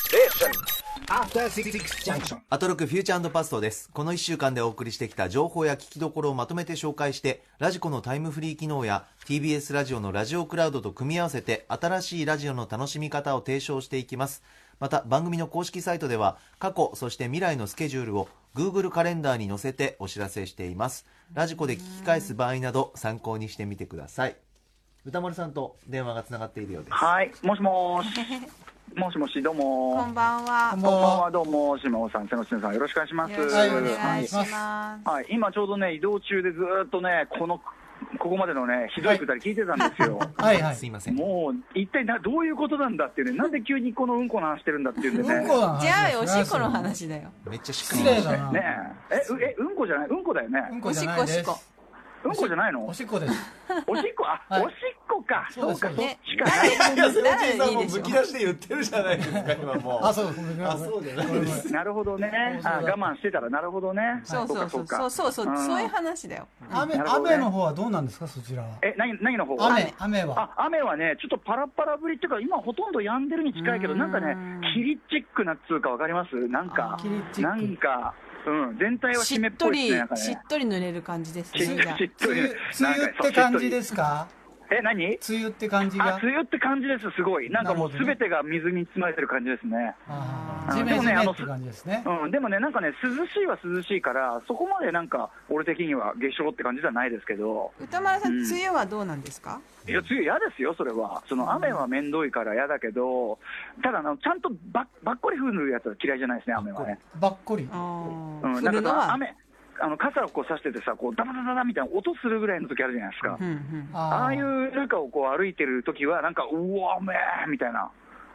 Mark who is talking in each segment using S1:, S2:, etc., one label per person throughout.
S1: Station.
S2: After Six Junction.
S3: アトロックフューチャーパストです。この1週間でお送りしてきた情報や聞きどころをまとめて紹介して、ラジコのタイムフリー機能や TBS ラジオのラジオクラウドと組み合わせて新しいラジオの楽しみ方を提唱していきます。また番組の公式サイトでは過去、そして未来のスケジュールを Google カレンダーに載せてお知らせしています。ラジコで聞き返す場合など参考にしてみてください。歌丸さんと電話がつながっているようです。
S4: はい、もしも ーし。もしもし、どうもー。
S5: こんばんは。
S4: こんばんは、どうも、島尾さん、瀬野俊さん、よろしくお願いします。
S5: よろしくお願いします。
S4: はい、今ちょうどね、移動中でずーっとね、この、ここまでのね、ひどいくだり聞いてたんですよ。
S6: はいはい。
S3: すいません。
S4: もう、一体な、どういうことなんだっていうね、なんで急にこのうんこの話してるんだっていう
S6: うんん
S4: でね。
S6: この話
S5: じゃあ、おしっこの
S6: 話。
S5: 話だよ。
S3: めっちゃしっか
S6: 失
S3: り
S6: 礼だな。
S4: ねえ、え、うえ、うんこじゃない、うんこだよね。
S6: うんこ
S5: お
S6: じ
S5: し
S6: ゃ
S5: っこ、
S6: ない
S5: おし
S6: で
S5: っ
S6: す
S5: こ。。
S4: うんこじゃないの。お
S6: お
S4: し
S6: しっこです。
S4: っこ、あ、
S6: はい
S4: おしっこか。
S6: そう
S4: そう
S6: です
S4: か、そっ
S6: そうで
S4: ちか。な
S3: いや、セロ
S5: 誰
S3: テンさんも
S5: いいでし
S3: む
S5: ょ
S3: き出して言ってるじゃないですか、今もう。
S6: あ、そう、ごめんな
S3: あ
S6: さい
S3: そうじゃない
S6: ごめん
S3: で
S6: なさい
S3: す。
S4: なるほどね。あ、我慢してたら、なるほどね。
S5: そうそうそう
S4: か
S5: そうそうそう、
S4: ん
S5: そういう話だよ。
S6: 雨、
S4: なるほどね
S6: 雨の方はどうなんですか、そちらは。
S4: え、何、何の方。
S6: 雨、雨は。
S4: あ雨はね、ちょっとパラパラ降りっていうか、今、ほとんど止んでるに近いけど、
S5: うーん
S4: なんかね、霧チックなっつうか、わかりますなんか
S5: あ、
S6: 霧チ
S4: な
S6: ッ
S4: ん
S6: ク。
S4: か、うん、全体は
S5: し
S4: 湿っ
S5: っと
S4: ぽいです
S5: り
S4: ね、なんか、
S5: しっ
S4: ね。
S5: とり濡れる感じです
S4: し
S5: ね。
S4: っ
S5: じゃあ
S4: しっと
S6: 梅
S4: り
S6: 雨、梅雨って感じですか
S4: え、何
S6: 梅雨って感じ
S4: あ
S6: が。
S4: 梅雨って感じです、すごい、なんかもう
S6: な
S4: す
S6: るほどね
S4: べてが水に包まれてる感じですね、
S6: あ
S5: あ
S6: ー
S5: ー
S6: ジメジ
S4: でもね
S6: メ
S4: あの
S6: って感じですね。
S4: うん、でもね、なんかね、涼しいは涼しいから、そこまでなんか、俺的には夏生って感じじゃないですけど、
S5: 歌丸さん、
S4: うん
S5: 梅雨はどうなんですか。
S4: いや、梅雨嫌ですよ、それは、その雨は面倒いから嫌だけど、ただあの、ちゃんとばばっこり降るやつは嫌いじゃないですね、雨はね。
S6: ばっこり。
S4: う
S5: ああ、
S4: ん、
S5: 降
S4: なんか
S5: るの
S4: さ
S5: は。
S4: 雨あの傘をこう差しててさこうダダダダダみたいな音するぐらいの時あるじゃないですか、
S5: うんうん。
S4: ああい
S6: ー
S4: う中をこう歩いてる時はなんかうわーめーみたいな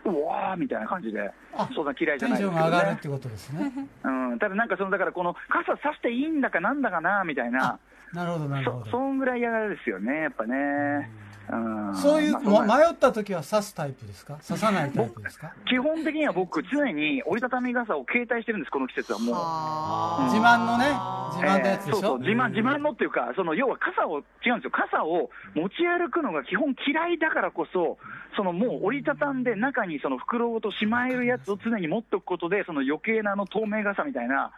S4: うわーみたいな感じで
S6: あ
S4: そんな嫌いじ
S6: テ
S4: ゃ
S6: ン
S4: ない
S6: シ
S4: です
S6: ョン
S4: け
S6: が
S4: ど
S6: 上がるっ
S4: ね
S6: てことですね。
S4: うん、ただなんかそのだからこの傘差していいんだかなんだかなみたいな
S6: なるほど、なるほ
S4: そそ
S6: ど。
S4: んぐらい嫌ですよねやっぱねうん
S6: そういう、
S4: まあ
S6: も
S4: んな
S6: 迷った時は刺すタイプですか刺さないタイプですか
S4: 基本的には僕常に折りたたみ傘を携帯してるんですこの季節はもう
S5: あ
S6: 自慢のね、自慢のやつで
S4: えーそう
S6: し
S4: そう
S6: ょ
S4: 自慢自慢のっていうか、その要は傘を、違うんですよ、傘を持ち歩くのが基本嫌いだからこそ、そのもう折りたたんで、中にその袋ごとしまえるやつを常に持っておくことで、その余計なあの透明傘みたいな、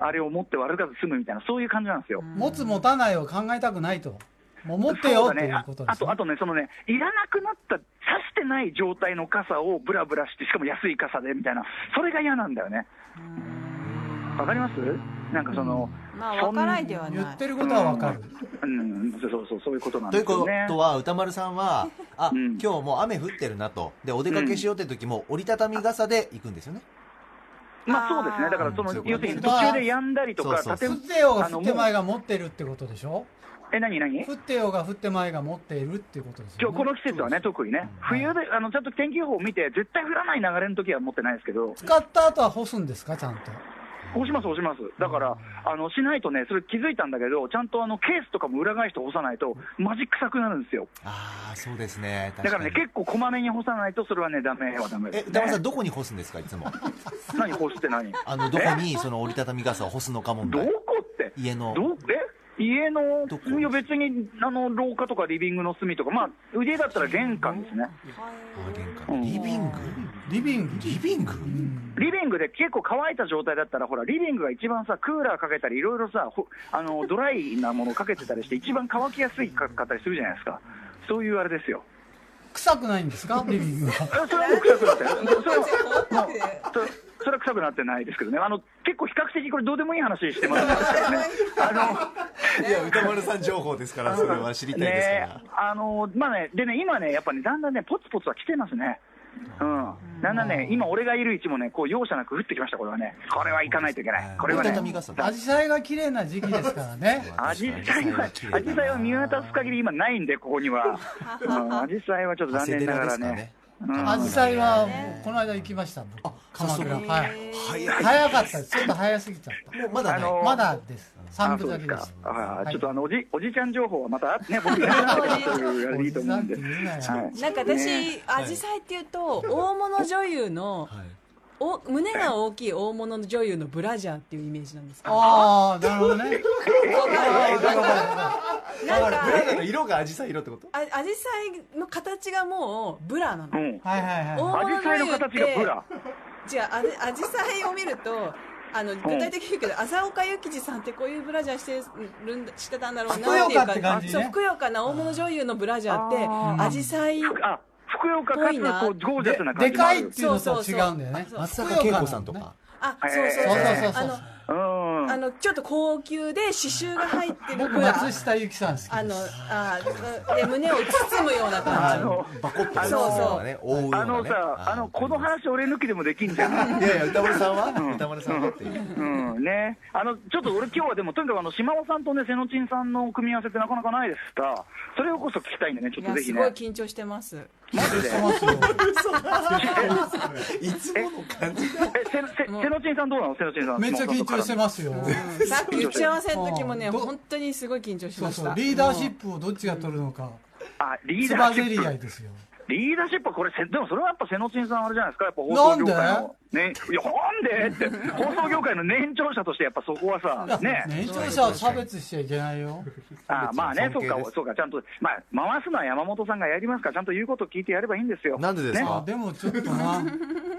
S4: あれを持って悪かず済むみたいな、そういう感じなんですよ。
S6: 持つ持たないを考えたくないと。もう持って
S4: そう
S6: よって
S4: だね
S6: いう
S4: あ
S6: ことで
S4: あ
S6: すね
S4: と、あ。とね、そのね、いらなくなった、刺してない状態の傘をぶらぶらして、しかも安い傘でみたいな、それが嫌なんだよね。わかりますなんかその、
S5: ーまあ、わからないでは
S6: 言
S5: な
S6: っ
S5: い
S6: て。ることはわかる。
S4: うん、そうそう、そういうことなん
S3: と
S4: で
S3: い
S4: す
S3: うこ
S4: よね。
S3: とは、歌丸さんは、あ、
S4: う
S3: 今
S4: ん
S3: 日もう雨降ってるなと。で、お出かけしようって時も、折りたたみ傘で行くんですよね。
S4: まあ
S5: あー
S4: そうですね、だからその
S3: そういう
S4: 要
S3: こ
S4: す
S3: と
S4: るに途中でやんだりとか、
S3: そうそうそう
S4: 建
S6: 降っ
S4: 物
S6: てよが
S4: あ
S6: 降
S4: の
S6: って
S4: もう
S6: 前が持ってるってことでしょ
S4: え、何、何
S6: 降ってよが降って前が持っているっていうことです
S4: 今
S6: よ
S4: 日
S6: ね。
S4: この季節はね、特にね、冬であのちゃんと天気予報を見て、絶対降らない流れの時は持ってないですけど、
S6: 使った後は干すんですかちゃんと。
S4: 干します、干します、だから、あのしないとね、それ気づいたんだけど、ちゃんとあのケースとかも裏返して干さないと、マジ臭くなるんですよ、
S3: ああ、そうですね。
S4: だ
S3: 確
S4: か
S3: からに。
S4: ね、結構こまめに干さないと、それはね、ダメはダメで
S3: え、
S4: す、
S3: 歌
S4: ね
S3: 丸。さん、どこに干すんですか、いつも。
S4: 何干すって何
S3: あの、どこに、その折りたたみ傘を干すのか問
S4: ど
S3: 題。
S4: こって
S3: 家の
S4: どえ家の
S3: どこ
S4: いや別にあの廊下とかリビングの隅とかまあ腕だったら玄関ですね
S3: あ、玄
S4: う
S3: 関。
S4: ん
S3: リビング
S6: リビング。
S3: リビング
S4: リビングで結構乾いた状態だったら、ほら、リビングが一番さ、クーラーかけたり、いろいろさ、ほあのドライなものをかけてたりして、一番乾きやすいかかったりするじゃないですか。そういうあれですよ。
S6: 臭くないんで すかリビングは。
S4: あそれはもう臭くなってないそれは
S5: 放ってて
S4: それそれは臭くなってないですけどね。あの、結構比較的これどうでもいい話してます からね。あ
S3: いや、歌丸さん情報ですから、それは知り
S4: の、
S3: たいですか
S4: ね
S3: ら。、
S4: あの、まあね、でね、今ね、やっぱね、だんだんね、ポツポツは来てますね。うん。だんだんね、今俺がいる位置もね、こう容赦なく降ってきました、これはね。これは行かないといけない。これは
S3: 折り
S4: ね
S3: たた。み傘
S6: アジサイが綺麗な時期ですか らね。
S4: アジサイは、アジサイは見渡す限り今ないんで、ここには。 うんアジサイはちょっと残
S3: 長谷
S4: 念な
S3: 寺
S4: が
S3: で
S4: ら
S3: すか
S4: ね
S3: ね。。
S6: アジサイはもうこの間行きました。僕鎌倉。
S3: 早速
S6: はい。
S3: 早い。
S6: 早かったです。ちょっと早すぎちゃった。
S3: もうまだ
S4: あ
S3: ない。
S4: の
S6: まだです。
S4: あ
S6: 三
S4: そ
S6: 分
S4: う
S6: だ
S4: で
S6: け
S4: す
S6: で
S4: か
S6: す。。
S4: あ
S6: はい
S4: ちょっとあの、おじ、おじちゃん情報はまた、 ね、僕がやらなかったというあれでいいと思うんで。
S6: おじさんって言うなよ
S4: はい
S5: なんか
S4: ね
S5: 私、アジサイっていうと、大物女優の、
S3: はい
S5: お胸が大きい大物の女優のブラジャーっていうイメージなんですけど
S6: ああ、なるほどね。
S3: ブラジ
S5: なんか
S3: ャーの色がアジサイ色ってこと
S5: あアジサイの形がもうブラな
S4: う
S5: の、
S4: ん。
S6: はいはいは
S4: ア
S5: 大
S6: い。
S5: 物
S4: ジサイの
S5: 女優っ
S4: 形
S5: て
S4: がブラ。
S5: 違う、あアジサイを見ると、あの、具体的に言うけど、浅岡幸二さんってこういうブラジャーしてるんだ、してたんだろうなっていう
S6: ふくよかって感じね
S5: そう、ふくよかな大物女優のブラジャー
S4: あ
S5: って、
S4: ー
S5: アジサイ、
S4: ふあ、ふくよかか
S5: ぽいな
S4: つ、こう、ゴージャスな
S6: で
S4: 感
S6: で
S4: じもあ
S6: か
S4: る。
S6: いっていうのと違うんだよね
S5: そう
S3: 松坂慶子さんとか。
S5: あ、
S4: へー
S5: そうそう
S6: そうそうそう
S5: あ
S6: そう
S5: の、
S4: うん。
S5: あの、ちょっと高級で刺繍が入ってる
S6: 僕
S5: ブラ。
S6: 松下由紀さん好きです
S5: あの、あーで、胸を包むような
S4: あ
S5: 感
S4: の、
S3: バコッと
S5: あの
S3: そうね、覆うようなね
S4: あのさ、あの、この。話俺抜きでもできんじゃん。
S3: いやいや、歌丸さんは歌丸さんはっていう。
S4: うん、ね。あの、ちょっと俺今日はでも、とにかくあの、島尾さんとね、瀬野ちんさんの組み合わせってなかなかないですから、それをこそ聞きたいんでね、ちょ
S5: じ。い
S4: っと
S5: や、
S4: ぜひ
S5: すごい
S4: ね。
S5: 緊張してます。
S4: マジで。
S3: いつもの感じだ。
S4: え、せの、 せ、瀬野ちんさんどうなの瀬野ちんさん。
S6: めっちゃ 緊張して
S4: ま
S6: ますよ、
S5: うんさっき打ち合わせの時もね、
S6: うん
S5: 本当にすごい緊張し
S6: そ
S5: ま
S6: う
S5: した。
S6: そうリーダーシップをどっちが取るのか、
S4: す。あ、リー
S6: つ
S4: ダ
S6: ば
S4: ーシ
S6: ぜり
S4: ッ
S6: 合い
S4: プ。
S6: ですよ
S4: リーダーシップはこれ、せでもそれはやっぱ瀬野ちんさんあれじゃないですか、やっぱ放送業界の。ね。いや、なんでって、放送業界の年長者として、やっぱそこはさ、ね。
S6: 年長者を差別しちゃいけないよ
S4: ああまあね、
S3: 尊
S4: そう
S3: 敬
S4: か
S3: です、
S4: そうか、ちゃんと、まあ、回すのは山本さんがやりますから、ちゃんと言うことを聞いてやればいいんですよ。
S3: なんでです
S6: あ
S3: か
S6: でもちょっとな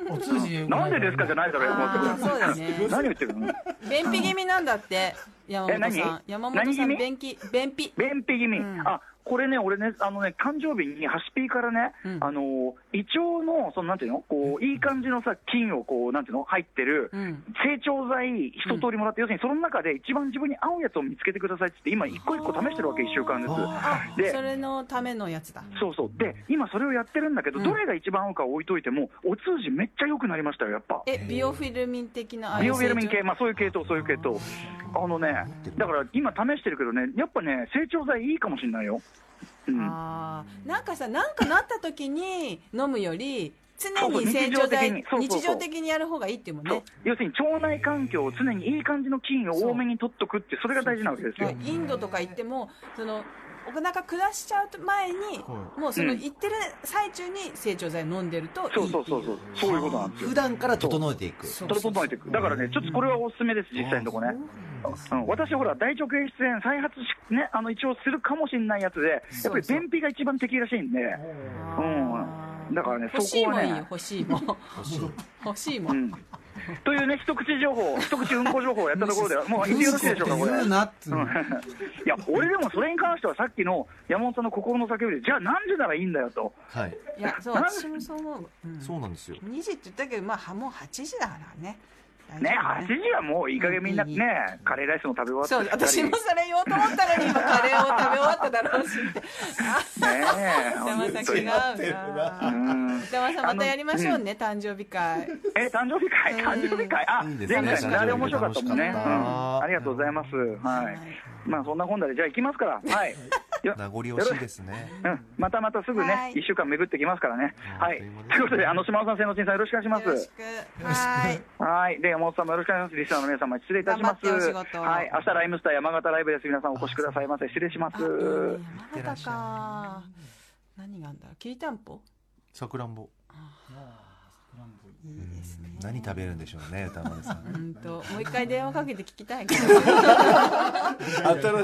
S6: お通じ良く
S4: なん
S6: いら
S4: でですかじゃないだろう、山
S5: あ
S4: 本
S5: ーそうだね。
S4: 君。何言ってるの
S5: 便秘気味なんだって、山本
S4: え
S5: さん
S4: 何。
S5: 山本さん、
S4: 何気
S5: 便秘、便秘。
S4: 便秘気味、
S5: うん
S4: あこれね、俺ね、あのね、誕生日にハシピーからね、
S5: うん
S4: あのー胃腸の、そのなんていうの、こういい感じのさ、菌をこう、なんていうの、入ってる、
S5: うん
S4: 成長剤、一通りもらって、要するにその中で一番自分に合うやつを見つけてくださいって言って、今、一個一個試してるわけ、1週間ず
S5: あ
S4: つ。で
S5: それのためのやつだ。
S4: そうそうで今、それをやってるんだけど、
S5: うん
S4: どれが一番合うか置いといても、お通じめっちゃ良くなりましたよ、やっぱ。
S5: え、ビオフィルミン的なああい
S4: ビ
S5: う
S4: オフィルミン系、
S5: 成
S4: まあ、そういう系統、そういう系統、あのね、だから今、試してるけどね、やっぱね、成長剤いいかもしれないよ。う
S5: 長
S4: ん
S5: あーなんかさ、なんかなった時に飲むより、常に成長
S4: そう
S5: 剤
S4: そう日常的にそう、そうそう
S5: 日常的にやる方がいいっていうもん
S4: そう
S5: ね。
S4: 要するに腸内環境を常にいい感じの菌を多めに取っとくって、それが大事なわけですよ。
S5: インドとか行っても、その、お腹下しちゃう前に、もうその
S4: うん
S5: 行ってる最中に成長剤飲んでるといいって
S4: そ
S5: いう
S4: そうそうそう、そういうことなんですよ
S3: 普。段から整えていく。
S5: そう
S4: 取り整えていく。だからね、ちょっとこれはおすすめです、実際のとこね。うん、私、ほら、大腸憩出炎再発し、ね、あの、一応するかもしれないやつで、やっぱり便秘が一番適らしいんで、うん。だからね、そ
S5: 欲しい
S4: こ
S5: も
S4: はい
S5: いよ
S4: ね、
S5: 欲しいもん欲しいも
S4: うんん。というね、一口情報、一口うんこ情報をやったところでは、もう言ってよろしいでしょうか、これ。
S6: 言うなっつうの
S4: いや、俺でもそれに関してはさっきの山本さんの心の叫びで、じゃあ何時ならいいんだよと。
S3: はい。
S5: いやそう
S4: なん
S5: 私もそう思う、うん、
S3: そうなんですよ。
S5: 2時って言ったけどまあもう8時だからね大丈
S4: ね、
S5: 夫
S4: 8時はもういい加減みんな
S5: うん
S4: ね、カレーライスも食べ終わって
S5: そう私も
S4: ね
S5: それ言おうと思ったのに今カレーを食べ終わっただろうしって
S4: え、
S5: 歌丸さ
S4: 本
S5: ん
S4: 当
S5: 違う
S4: に
S5: な
S4: うん
S5: 歌丸さんまたやりましょうね誕生日会
S4: え、誕生日会、
S5: うん
S4: 誕生日会、あ、
S3: いいで
S4: 前
S3: すね
S4: 回のねあれ面白かったもんね。う
S3: 楽
S4: ん
S3: しかった
S4: ありがとうございます。は
S5: はい
S4: い。まあそんな本題でじゃあ行きますから。はい。よ
S3: 名残惜しいですね。
S4: うん、またまたすぐ
S5: は
S4: ね
S5: い、
S4: 一週間巡ってきますからね。
S3: は
S4: はいい。ということで、あの、島尾さん、瀬野ちんさん、よろしくお願いし
S5: よ
S4: ま
S5: ろ
S4: す
S5: し。くはい
S4: はい。で、山本さんもよろしくお願いします。リスナーの皆様、失礼いたします。
S5: 頑張ってお仕事を
S4: はい。明日、ライムスター山形ライブです。皆さんお越しくださいませ。失礼しま
S5: あ
S4: す
S5: いい。ね
S3: て
S5: 山
S3: らっ
S5: 形
S3: しゃ
S5: か何があんだきりたんぽ
S3: さくらんぼ。
S5: いいですね
S3: 何食べるんでしょうね、歌丸さん。
S5: うんともう一回電話かけて聞きたいけど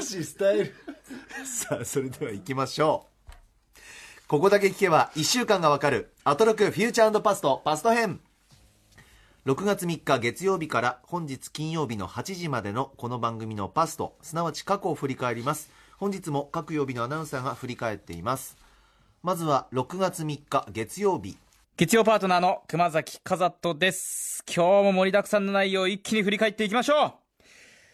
S3: 新しいスタイル さあそれでは行きましょうここだけ聞けば1週間がわかるアトロクフューチャーパストパスト編6月3日月曜日から本日金曜日の8時までのこの番組のパストすなわち過去を振り返ります本日も各曜日のアナウンサーが振り返っていますまずは6月3日月曜日
S1: 月曜パートナーの熊崎和人です。今日も盛りだくさんの内容を一気に振り返っていきましょう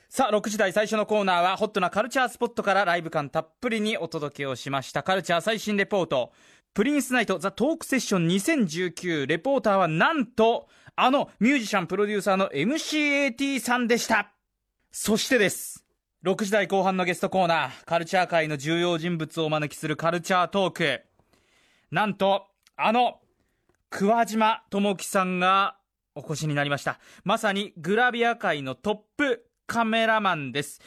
S1: さあ、6時台最初のコーナーは、ホットなカルチャースポットからライブ感たっぷりにお届けをしました。カルチャー最新レポート。プリンスナイトザトークセッション2019レポーターはなんと、あのミュージシャンプロデューサーの MCAT さんでした。そしてです。6時台後半のゲストコーナー、カルチャー界の重要人物をお招きするカルチャートーク。なんと、あの、桑島智樹さんがお越しになりましたまさにグラビア界のトップカメラマンです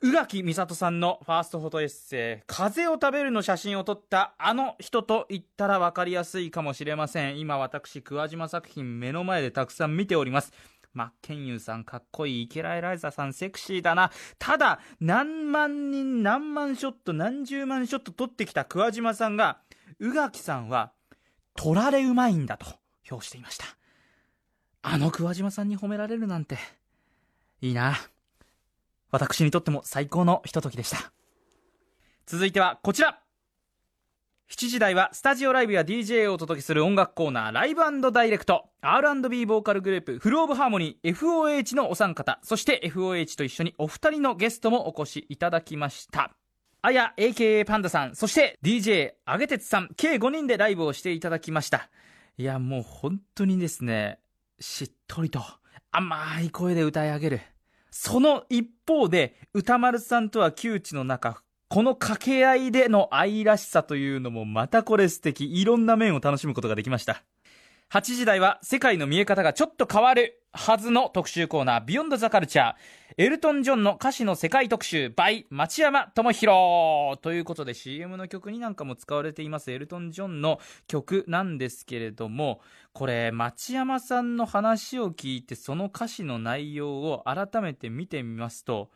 S1: 宇垣美里さんのファーストフォトエッセイ「風を食べる」の写真を撮ったあの人と言ったら分かりやすいかもしれません今私桑島作品目の前でたくさん見ております真剣佑さんかっこいい池田エライザさんセクシーだなただ何万人何万ショット何十万ショット撮ってきた桑島さんが宇垣さんは取られうまいんだと評していました。あの桑島さんに褒められるなんていいな私にとっても最高のひとときでした続いてはこちら7時台はスタジオライブや DJ をお届けする音楽コーナーライブダイレクト R&B ボーカルグループフルオブハーモニー FOH のお三方そして FOH と一緒にお二人のゲストもお越しいただきましたあや AKA パンダさんそして DJ あげてつさん計5人でライブをしていただきましたいやもう本当にですねしっとりと甘い声で歌い上げるその一方で歌丸さんとは窮地の中この掛け合いでの愛らしさというのもまたこれ素敵いろんな面を楽しむことができました8時台は世界の見え方がちょっと変わるはずの特集コーナー「ビヨンドザカルチャーエルトン・ジョンの歌詞の世界特集 by 町山智博ということで CM の曲になんかも使われていますエルトン・ジョンの曲なんですけれどもこれ町山さんの話を聞いてその歌詞の内容を改めて見てみますと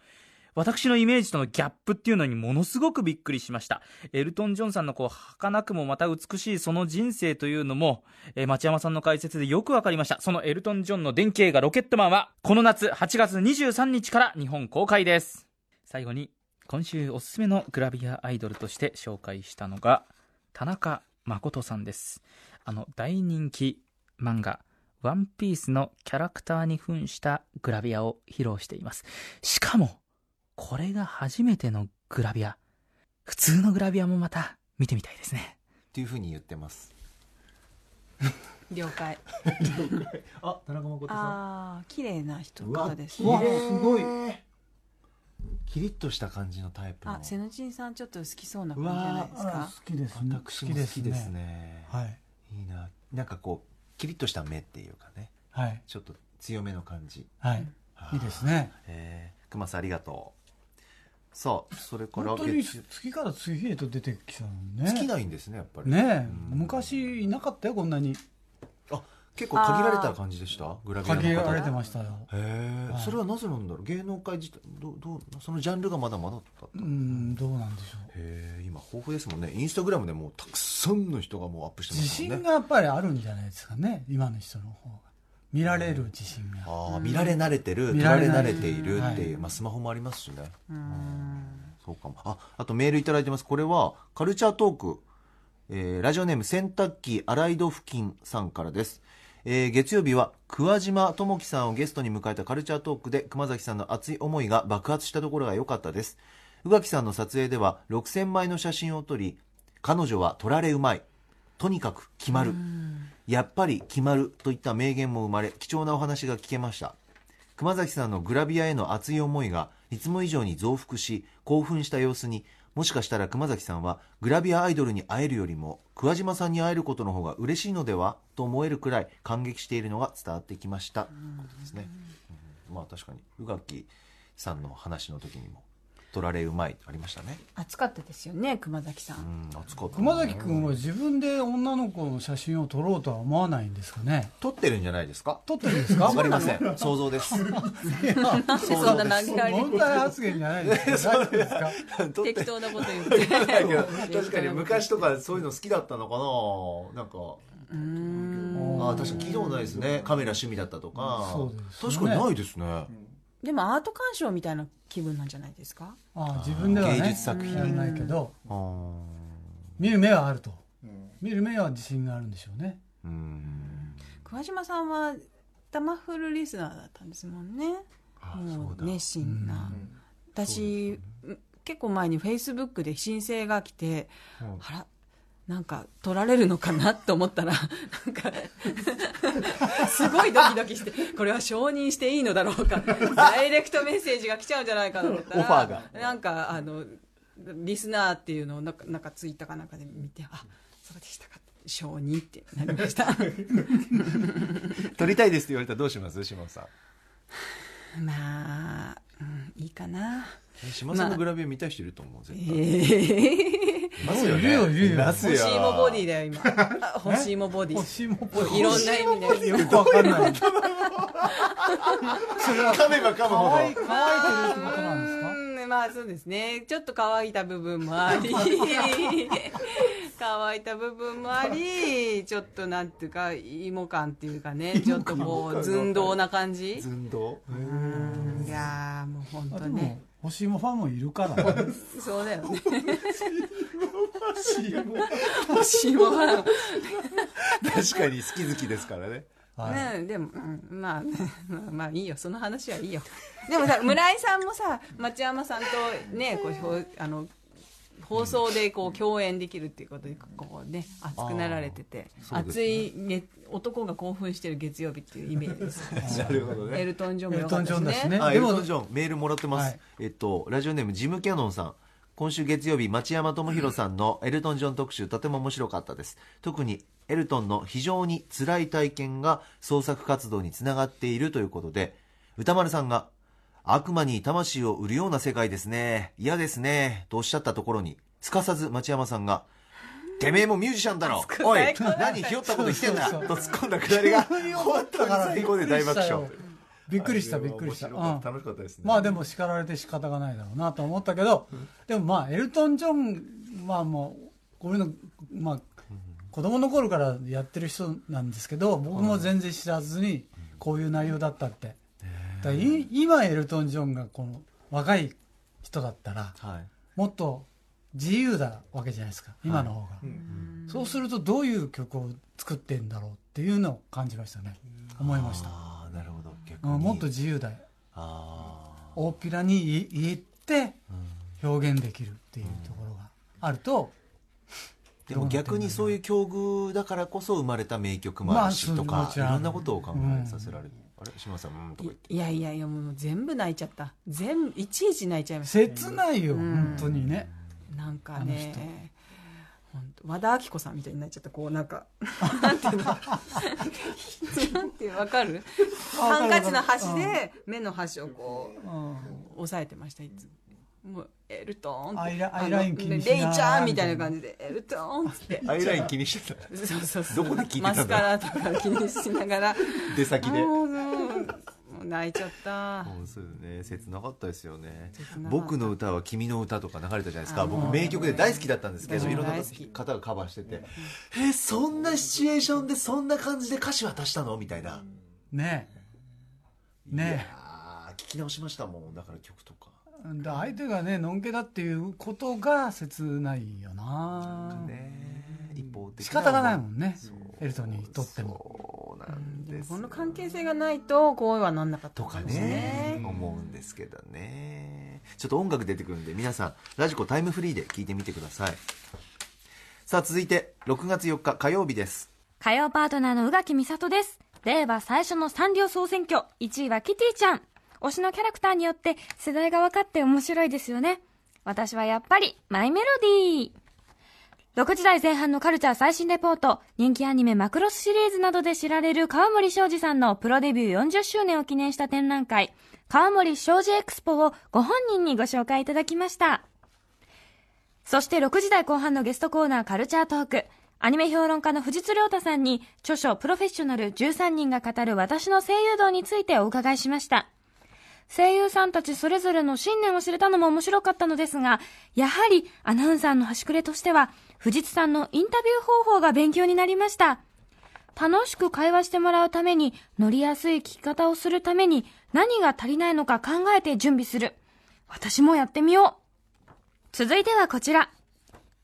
S1: 私のイメージとのギャップっていうのにものすごくびっくりしました。エルトン・ジョンさんのこう、儚くもまた美しいその人生というのも、えー町山さんの解説でよくわかりました。そのエルトン・ジョンの電気映画ロケットマンは、この夏8月23日から日本公開です。最後に、今週おすすめのグラビアアイドルとして紹介したのが、田中誠さんです。あの、大人気漫画、ワンピースのキャラクターに扮したグラビアを披露しています。しかも、これが初めてのグラビア。普通のグラビアもまた見てみたいですね。
S3: ていうふうに言ってます
S5: 了解
S6: あ、田中誠さん。
S5: ああ綺麗な人方です
S6: うわ
S5: ね
S6: すごい
S3: キリッとした感じのタイプの
S5: あセノチンさんちょっと好きそうな感じじゃないです
S6: あ
S5: から
S6: 好きです。
S3: 私も好きですね。
S6: はい。
S3: いいななんかこうキリッとした目っていうかね
S6: はい。
S3: ちょっと強めの感じ
S6: はい。いいですね。
S3: えー、熊さんありがとうさあそれから
S6: 本当に
S3: 月
S6: 月から次へと出てきたのね。
S3: 尽きないんですねやっぱり
S6: ねえ、
S3: うん
S6: 昔いなかったよこんなに
S3: あ結構限られた感じでしたグラビアの
S6: 限
S3: 方
S6: られ
S3: へ
S6: てましたよ。
S3: え、
S6: はい
S3: それはなぜなんだろう芸能界自体どうどうそのジャンルがまだまだだった
S6: うんどうなんでしょう。
S3: へえ今豊富ですもんねインスタグラムでもうたくさんの人がもうアップしてま
S6: 自
S3: すもんね
S6: 信がやっぱりあるんじゃないですかね今の人の方が見られる自信が。
S3: ああ見られ慣れてる
S6: 見
S3: 見
S6: ら
S3: ら
S6: れ
S3: れ
S6: 慣
S3: 慣
S6: れ
S3: れ
S6: て
S3: ているっていう、
S6: はい
S3: まあ、スマホもありますしね
S5: うん
S3: そうかもああとメールいただいてますこれはカルチャートーク、えーラジオネーム洗濯機洗い戸付近さんからです、えー月曜日は桑島智樹さんをゲストに迎えたカルチャートークで熊崎さんの熱い思いが爆発したところが良かったです宇垣さんの撮影では6000枚の写真を撮り彼女は撮られうまいとにかく決まるやっぱり決まるといった名言も生まれ貴重なお話が聞けました熊崎さんのグラビアへの熱い思いがいつも以上に増幅し興奮した様子にもしかしたら熊崎さんはグラビアアイドルに会えるよりも桑島さんに会えることの方が嬉しいのではと思えるくらい感激しているのが伝わってきましたということですね、うんまあ確かに宇垣さんの話の時にも「取られうまい」ありましたね
S5: 暑かったですよね熊崎さ
S3: うんん熱かった
S6: 熊崎君は自分で女の子の写真を撮ろうとは思わないんですかね
S3: 撮ってるんじゃないですか
S6: 撮ってるんです か
S3: わかりません想像です
S5: なんで そんな何回
S6: 問題発言じゃない ですか大丈夫ですか
S3: 撮って
S5: 適当なこと言って
S3: だけ ど確かに昔とかそういうの好きだったのかななんかあー確かに聞いたことないですねカメラ趣味だったとか、
S6: そうですね
S3: 確かにないですね、
S5: でもアート鑑賞みたいな気分なんじゃないですか
S6: ああ自分ではね
S3: 芸術作品
S6: やらないけど
S3: あー
S6: 見る目はあると 見る目は自信があるんでしょうね
S3: うん
S5: 桑島さんはダマフルリスナーだったんですもんねもう熱心な、私、結構前にフェイスブックで申請が来て、あらなんか取られるのかなと思ったらなんかすごいドキドキしてこれは承認していいのだろうかダイレクトメッセージが来ちゃうんじゃないかと思ったら
S3: オファーが
S5: なんかあのリスナーっていうのをなんかなんかツイッターかなんかで見てあそうでしたか承認ってなりました
S3: 撮りたいですって言われたらどうします島さん
S5: まあ、うん、いいかな
S3: え島さんのグラビア見たい人いると思う絶対、
S5: ええ
S3: いますよね
S6: いるよいるよ
S3: います
S5: 欲
S3: よ
S5: しいもボディだよ今 あ欲しいもボディ
S6: 星もぽい
S5: いろんな意味で
S6: よくわかんない
S3: 噛めば噛む
S6: 可
S3: ほ
S6: 愛い
S3: ど
S6: 可愛いってことなんですか
S5: うーんまあそうですね。ちょっと乾いた部分もあ り、乾いた部分もあり、ちょっとなんていうか、芋感っていうかね、ちょっとこう、寸胴な感じ。
S3: 寸胴
S5: うんいやーもう本
S6: あ
S5: 当
S6: で
S5: ね
S6: も。星芋ファンもいるからね、
S5: そうだよね。星芋は。
S3: 確かに好き好きですからね
S6: はい
S5: ね、でも、うんまあ、 まあ、まあいいよ、その話はいい よ。でもさ、村井さんもさ、町山さんとね、こう、ほうあの。放送でこう共演できるっていうことでこうね熱くなられてて、
S3: そうです
S5: 熱
S3: ね
S5: い月男が興奮してる月曜日っていうイメージです
S3: なるほど
S5: エルトン・ジョン
S6: エ
S5: も良
S6: ルト
S5: かっ
S6: ン・ジ
S5: た
S6: ョンだ
S5: です
S6: し
S5: ね
S6: ね
S3: あ
S6: で
S3: エルト
S6: も
S3: ンジョンメールもらってます、
S6: はい
S3: えっとラジオネームジムキャノンさん今週月曜日町山智博さんのエルトン・ジョン特集とても面白かったです特にエルトンの非常に辛い体験が創作活動につながっているということで歌丸さんが悪魔に魂を売るような世界ですね嫌ですねとおっしゃったところにすかさず町山さんがてめえもミュージシャンだろおい何ひよったこと言ってんだ
S6: そう
S3: と突っ込んだくだりが本当に 最後で大爆笑
S6: びっくりしたびっくりした
S3: あれは面白かった
S6: うん
S3: 楽しかったですね
S6: まあでも叱られて仕方がないだろうなと思ったけど、でもまあエルトン・ジョンはもう俺のまあ子供の頃からやってる人なんですけど僕も全然知らずにこういう内容だったってだからい今エルトン・ジョンがこの若い人だったら
S3: はい
S6: もっと自由だわけじゃないですか今の方が、そうするとどういう曲を作ってんだろうっていうのを感じましたね思いました、
S3: ああなるほど逆
S6: う
S3: に
S6: ん、もっと自由だよ
S3: あ
S6: 大っぴらにい言って表現できるっていうところがあると、
S3: ーでも逆にそういう境遇だからこそ生まれた名曲も
S6: まあ
S3: あるしと
S6: そう
S3: か
S6: も
S3: い
S6: ちろん
S3: ろんなことを考えさせられるあれ島さんうんとか言って
S5: いやいやいやもう全部泣いちゃった全部いちいち泣いちゃいました
S6: 切ないよ、
S5: ん
S6: 本当にね
S5: なんか
S6: あの
S5: ね本当和田アキ子さんみたいになっちゃったこうなんか なんていうのなんていうわかるハンカチの端で目の端をこう押さえてましたいつももうエルトーンって
S6: アイラ
S5: あの
S6: アイライン気にしな
S5: レイちゃんみたいな感じでエルトーンっつって
S3: アイライン気にしてた
S5: そうそうそう
S3: どこで聞いてた
S5: マ
S3: んだろ
S5: ス
S3: う
S5: カラとか気にしながら
S3: 出先で
S5: もうもうもう泣いちゃった
S3: そうですよね切なかったですよね
S5: 切なかった
S3: 僕の歌は君の歌とか流れたじゃないですか
S5: あー
S3: 僕名曲で大好きだったんですけ
S5: う
S3: ど
S5: ん
S3: いろんな
S5: 大好き
S3: 方がカバーしててえそんなシチュエーションでそんな感じで歌詞渡したのみたいな
S6: ね
S3: い
S6: ね
S3: やー聞き直しましたもんだから曲とか
S6: で相手がねのんけだっていうことが切ないよな
S3: ね一方的
S6: 仕方がないも
S3: ん
S6: んねエルトンにとって
S3: そ
S6: も
S3: うなん
S5: で
S3: で
S5: も
S3: す
S5: この関係性がないとこうはなんなかった
S3: とか
S5: もしれない
S3: ね思うんですけどねちょっと音楽出てくるんで皆さんラジコタイムフリーで聞いてみてくださいさあ続いて6月4日火曜日です
S7: 火曜パートナーの宇垣美里です。令和最初のサンリオ総選挙、1位はキティちゃん。推しのキャラクターによって世代が分かって面白いですよね。私はやっぱり、マイメロディー。6時台前半のカルチャー最新レポート、人気アニメマクロスシリーズなどで知られる川森昌司さんのプロデビュー40周年を記念した展覧会、川森昌司エクスポをご本人にご紹介いただきました。そして6時台後半のゲストコーナーカルチャートーク。アニメ評論家の藤津亮太さんに著書プロフェッショナル13人が語る私の声優道についてお伺いしました。声優さんたちそれぞれの信念を知れたのも面白かったのですが、やはりアナウンサーの端くれとしては、藤津さんのインタビュー方法が勉強になりました。楽しく会話してもらうために、乗りやすい聞き方をするために、何が足りないのか考えて準備する。私もやってみよう。続いてはこちら。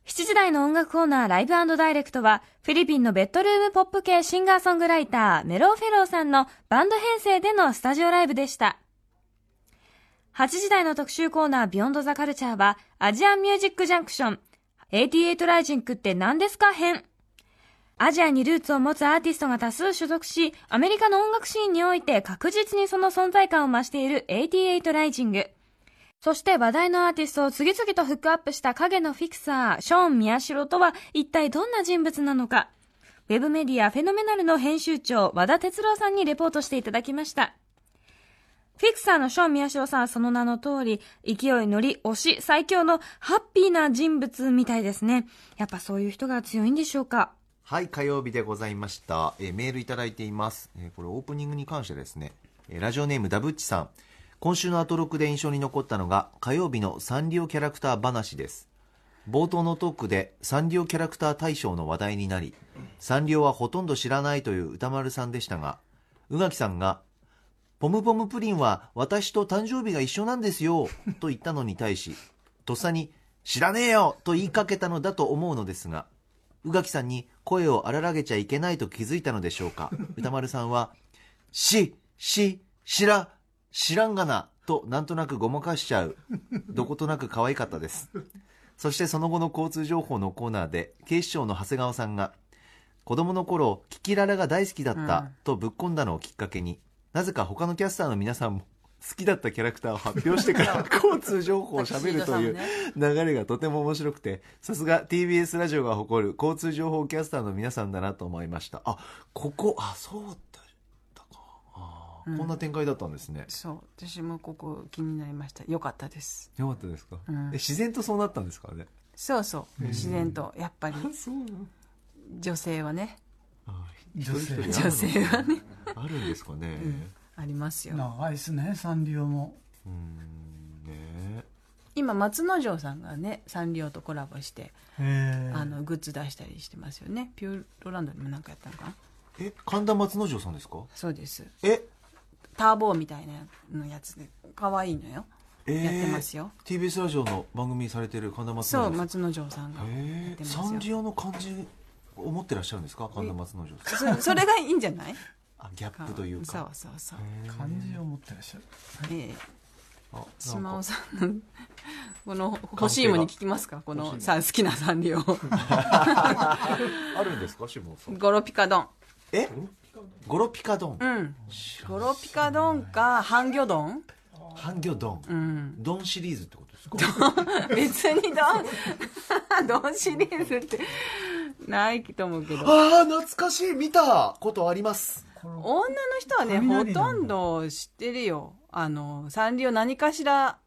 S7: 7時台の音楽コーナーライブダイレクトは、フィリピンのベッドルームポップ系シンガーソングライター、メローフェローさんのバンド編成でのスタジオライブでした。8時台の特集コーナービヨンドザカルチャーは、アジアンミュージックジャンクション、88ライジンクって何ですか編。アジアにルーツを持つアーティストが多数所属し、アメリカの音楽シーンにおいて確実にその存在感を増している88ライジング。そして話題のアーティストを次々とフックアップした影のフィクサー、ショーン・宮代とは一体どんな人物なのか。ウェブメディアフェノメナルの編集長、和田哲郎さんにレポートしていただきました。フィクサーのショーン・宮代さんはその名の通り、勢い乗り、推し、最強のハッピーな人物みたいですね。やっぱそういう人が強いんでしょうか。
S3: はい火曜日でございました、えーメールいただいています、えーこれオープニングに関してですね、えーラジオネームダブッチさん今週のアトロクで印象に残ったのが火曜日のサンリオキャラクター話です冒頭のトークでサンリオキャラクター大賞の話題になりサンリオはほとんど知らないという歌丸さんでしたが宇垣さんが「ポムポムプリンは私と誕生日が一緒なんです よ」と言ったのに対しとっさに「知らねえよ!」と言いかけたのだと思うのですが宇垣さんに声を荒らげちゃいけないと気づいたのでしょう か歌丸さんは「し、し、しら、知らんがな」となんとなくごまかしちゃうどことなく可愛かったですそしてその後の交通情報のコーナーで警視庁の長谷川さんが子供の頃キキララが大好きだっ
S5: うん
S3: たとぶっ込んだのをきっかけに、なぜか他のキャスターの皆さんも好きだったキャラクターを発表してから交通情報を喋るという流れがとても面白くてさすが TBS ラジオが誇る交通情報キャスターの皆さんだなと思いましたあここあそうだったかあー、
S5: うん
S3: こんな展開だったんですね
S5: そう私もここ気になりましたよかったです
S3: よかったですか、
S5: うん
S3: え自然とそうなったんですからね
S5: そうそう自然とやっぱり
S3: そうなの
S5: 女性はね
S6: 女性
S5: 女性はね
S3: あるんですかね、
S5: ありますよ
S6: 長いですねサンリオも
S3: うーんね
S5: 今松之丞さんがねサンリオとコラボして
S6: へ
S5: あのグッズ出したりしてますよねピューロランドでもなんかやったのかな
S3: え神田松之丞さんですか
S5: そうです
S3: え
S5: ターボーみたいなのやつで可愛いのよ
S3: えー
S5: やってますよ
S3: TBS ラジオの番組されてる神田松之
S5: そう
S3: 丞さん
S5: 松之丞さんがやっ
S3: え
S5: て
S3: ー、
S5: ます
S3: サン
S5: よ
S3: リオの漢字を持ってらっしゃるんですか神田松之丞さん
S5: そそれがいいんじゃない
S3: あギャップ という
S5: そう
S3: か
S5: そうそう、
S6: 漢字を持ってらっしゃる
S5: ええ
S3: あなんか
S5: 島尾さんの この欲しいもに聞きますかこのさ好きなサン リオ
S3: あるんですか島尾さん
S5: ゴロピカ丼
S3: えゴロピカ丼
S5: うんゴロピカ丼か半魚丼
S3: 半魚丼
S5: うん
S3: 丼シリーズってことですか
S5: 別に 丼丼シリーズってないと思うけど
S3: ああ懐かしい見たことあります
S5: 女の人はねほ
S6: 雷なんだ
S5: とんど知ってるよあのサンリオ何かしら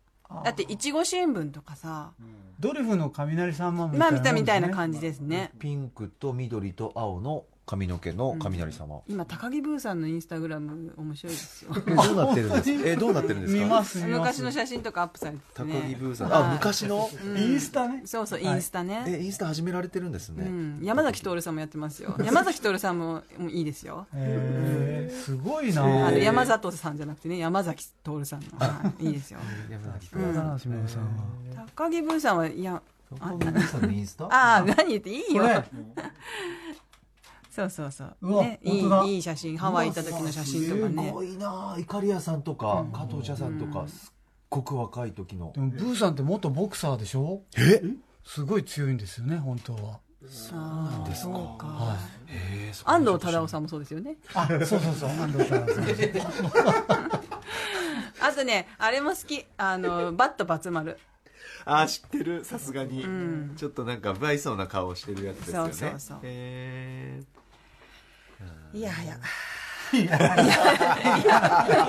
S5: だっていちご新聞とかさ
S6: ドリフの雷さんま
S5: まあ見たみたいな
S6: じ
S5: 感じですね
S3: ピンクと緑と青の髪の毛の雷様、
S5: 今高木ブーさんのインスタグラム面白い ですよ
S3: えどうなってるんですかえどうなってるんですか
S6: 見ます見ます
S5: 昔の写真とかアップされてて、
S3: 高
S5: ね、
S3: 木ブーさん、
S5: は
S3: あ
S5: い
S3: 昔の、
S6: インスタね
S5: そうそうインスタね、
S3: えインスタ始められてるんです
S5: う
S3: ね、
S5: ん、山崎徹さんもやってます よ山崎徹さんももういいですよ
S6: へーすごいな
S5: あ
S6: あ
S5: の山里さんじゃなくてね山崎徹さん の、はい、いいですよ
S3: 山崎
S5: うん
S6: 島尾さんは
S5: 高木ブーさんはいや
S3: 高木ブーさんのインスタ
S5: ああ何言っていい
S6: こ
S5: よ
S6: れ
S5: そうそうそう
S6: うわ
S5: ね、
S6: 本
S5: い
S6: 当だ
S5: いいい写真ハワイ行った時の写真とか
S3: す
S5: ね
S3: ごいなあイカリアさんとか、加藤茶さんとか、すっごく若い時の
S6: でもブーさんって元ボクサーでしょ
S3: え
S6: すごい強いんですよね本当は
S5: そうなんですか
S3: えーそ
S5: 安藤忠雄さんもそうですよね
S6: あそうそうそう安藤さん
S5: あとねあれも好きあのバットバツ丸
S3: あー知ってるさすがに、ちょっとなんか不愛想な顔してるやつですよね
S5: そうそうそう
S3: え
S5: いやいや
S3: ーいや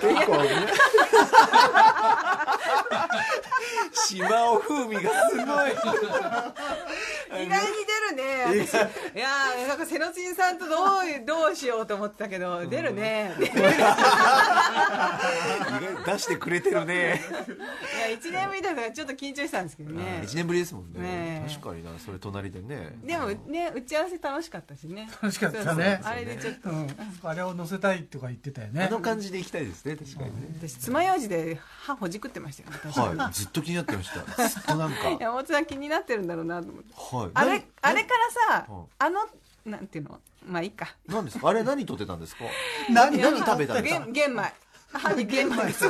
S3: 結 構ね島尾風味がすごい
S5: 意外に出るね私いやーなんかセロチンさんとど うどうしようと思ってたけど出るね
S3: 意外出してくれてるね
S5: いや1年目だからちょっと緊張してたんですけどね
S3: 1年ぶりですもんね
S5: ねえ
S3: 確かになそれ隣でね
S5: でもね打ち合わせ楽しかったしね楽
S6: しかったね
S5: あれでちょっと
S6: うんあれを載せたいとか言ってたよ
S3: あ
S6: ね
S3: の感じで行きたいですね確かにね
S5: 私爪楊枝で歯ほじくってましたよね私
S3: はいずっと気になってましたずっとなん か
S5: 山本さん気になってるんだろうなと思って
S3: はい
S5: あれあれからさ
S3: うん
S5: あのなんていうのまあいいか
S3: 何ですかあれ何撮ってたんですか
S6: 何
S3: 何食べたんですか
S5: 玄玄米歯に玄米です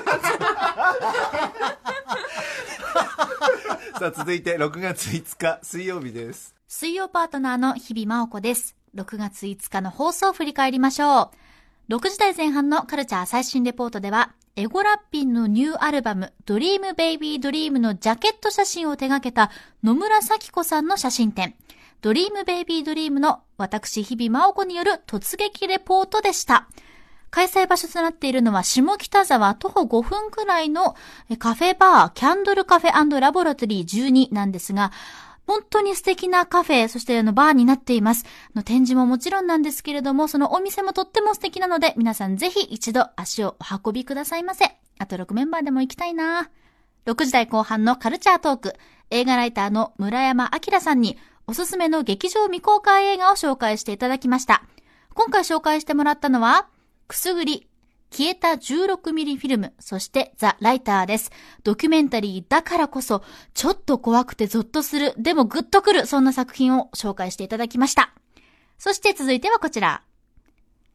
S3: さあ続いて6月5日水曜日です
S8: 水曜パートナーの日々真央子です。6月5日の放送を振り返りましょう。6時台前半のカルチャー最新レポートでは、エゴラッピンのニューアルバム、ドリームベイビードリームのジャケット写真を手掛けた野村咲子さんの写真展、ドリームベイビードリームの私日々真央子による突撃レポートでした。開催場所となっているのは下北沢徒歩5分くらいのえカフェバーキャンドルカフェラボラトリー12なんですが、本当に素敵なカフェ、そしてあのバーになっています。あの展示ももちろんなんですけれども、そのお店もとっても素敵なので、皆さんぜひ一度足をお運びくださいませ。あと6メンバーでも行きたいな。6時台後半のカルチャートーク、映画ライターの村山明さんに、おすすめの劇場未公開映画を紹介していただきました。今回紹介してもらったのは、くすぐり、消えた16ミリフィルム、そしてザ・ライターです。ドキュメンタリーだからこそ、ちょっと怖くてゾッとする、でもグッとくる、そんな作品を紹介していただきました。そして続いてはこちら。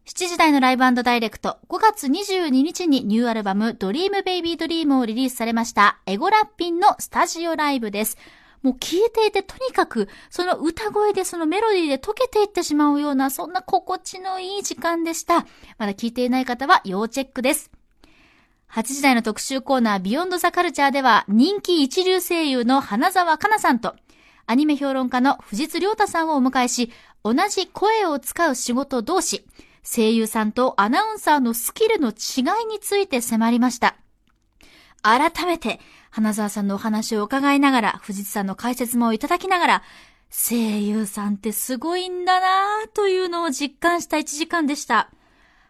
S8: 7時台のライブダイレクト、5月22日にニューアルバム、ドリームベイビードリームをリリースされました、エゴラッピンのスタジオライブです。もう聴いていて、とにかく、その歌声で、そのメロディーで溶けていってしまうような、そんな心地のいい時間でした。まだ聴いていない方は要チェックです。8時台の特集コーナー、ビヨンドザカルチャーでは、人気一流声優の花澤香菜さんと、アニメ評論家の藤津亮太さんをお迎えし、同じ声を使う仕事同士、声優さんとアナウンサーのスキルの違いについて迫りました。改めて、花沢さんのお話を伺いながら、藤津さんの解説もいただきながら、声優さんってすごいんだなぁというのを実感した1時間でした。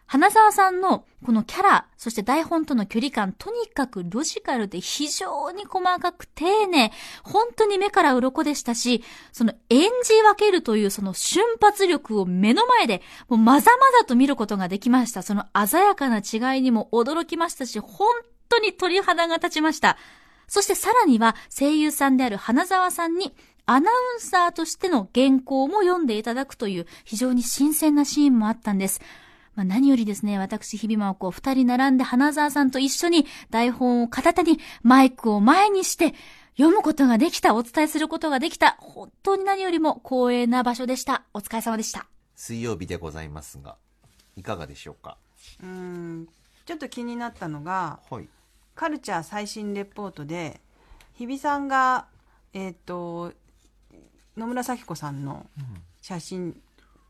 S8: 花沢さんのこのキャラ、そして台本との距離感、とにかくロジカルで非常に細かく丁寧、本当に目から鱗でしたし、その演じ分けるというその瞬発力を目の前で、もうまざまざと見ることができました。その鮮やかな違いにも驚きましたし、本当に鳥肌が立ちました。そしてさらには声優さんである花沢さんにアナウンサーとしての原稿も読んでいただくという非常に新鮮なシーンもあったんです。まあ、何よりですね、私、日々真央子、二人並んで花沢さんと一緒に台本を片手にマイクを前にして読むことができた、お伝えすることができた、本当に何よりも光栄な場所でした。お疲れ様でした。
S3: 水曜日でございますが、いかがでしょうか。
S5: うんちょっと気になったのが
S3: はい。
S5: カルチャー最新レポートで日比さんがえっ、と野村咲子さんの写真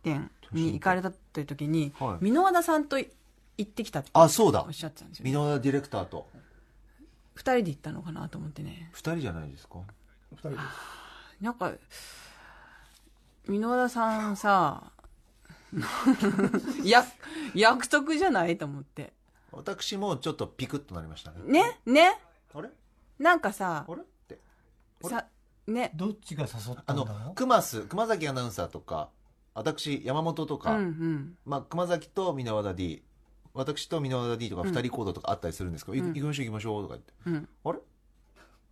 S5: 展に行かれたという時に、箕
S3: はい
S5: 輪田さんと行ってきたって
S3: あ、そうだ
S5: おっ。しゃってたんですよ
S3: ミ
S5: ね
S3: ノディレクターと。
S5: 2人で行ったのかなと思ってね
S3: 二人じゃないですか。
S2: 二人です。
S5: なんか箕輪田さんさ や約束じゃないと思って
S3: 私もちょっとピクッとなりましたね。
S5: ねね
S3: あれ
S5: なんかさ
S3: あれって。れ
S5: さね
S6: どっちが誘った
S3: あ
S6: んだ
S3: の
S6: ろ、う
S3: 熊須、熊崎アナウンサーとか、私、山本と
S5: うん
S3: か、
S5: うん
S3: まあ、熊崎と箕輪田 D、私と箕輪田 D とか二人行動とかあったりするんですけど、い
S5: う
S3: 行
S5: ん
S3: きましょう行きましょうとか言って、
S5: うん
S3: あれ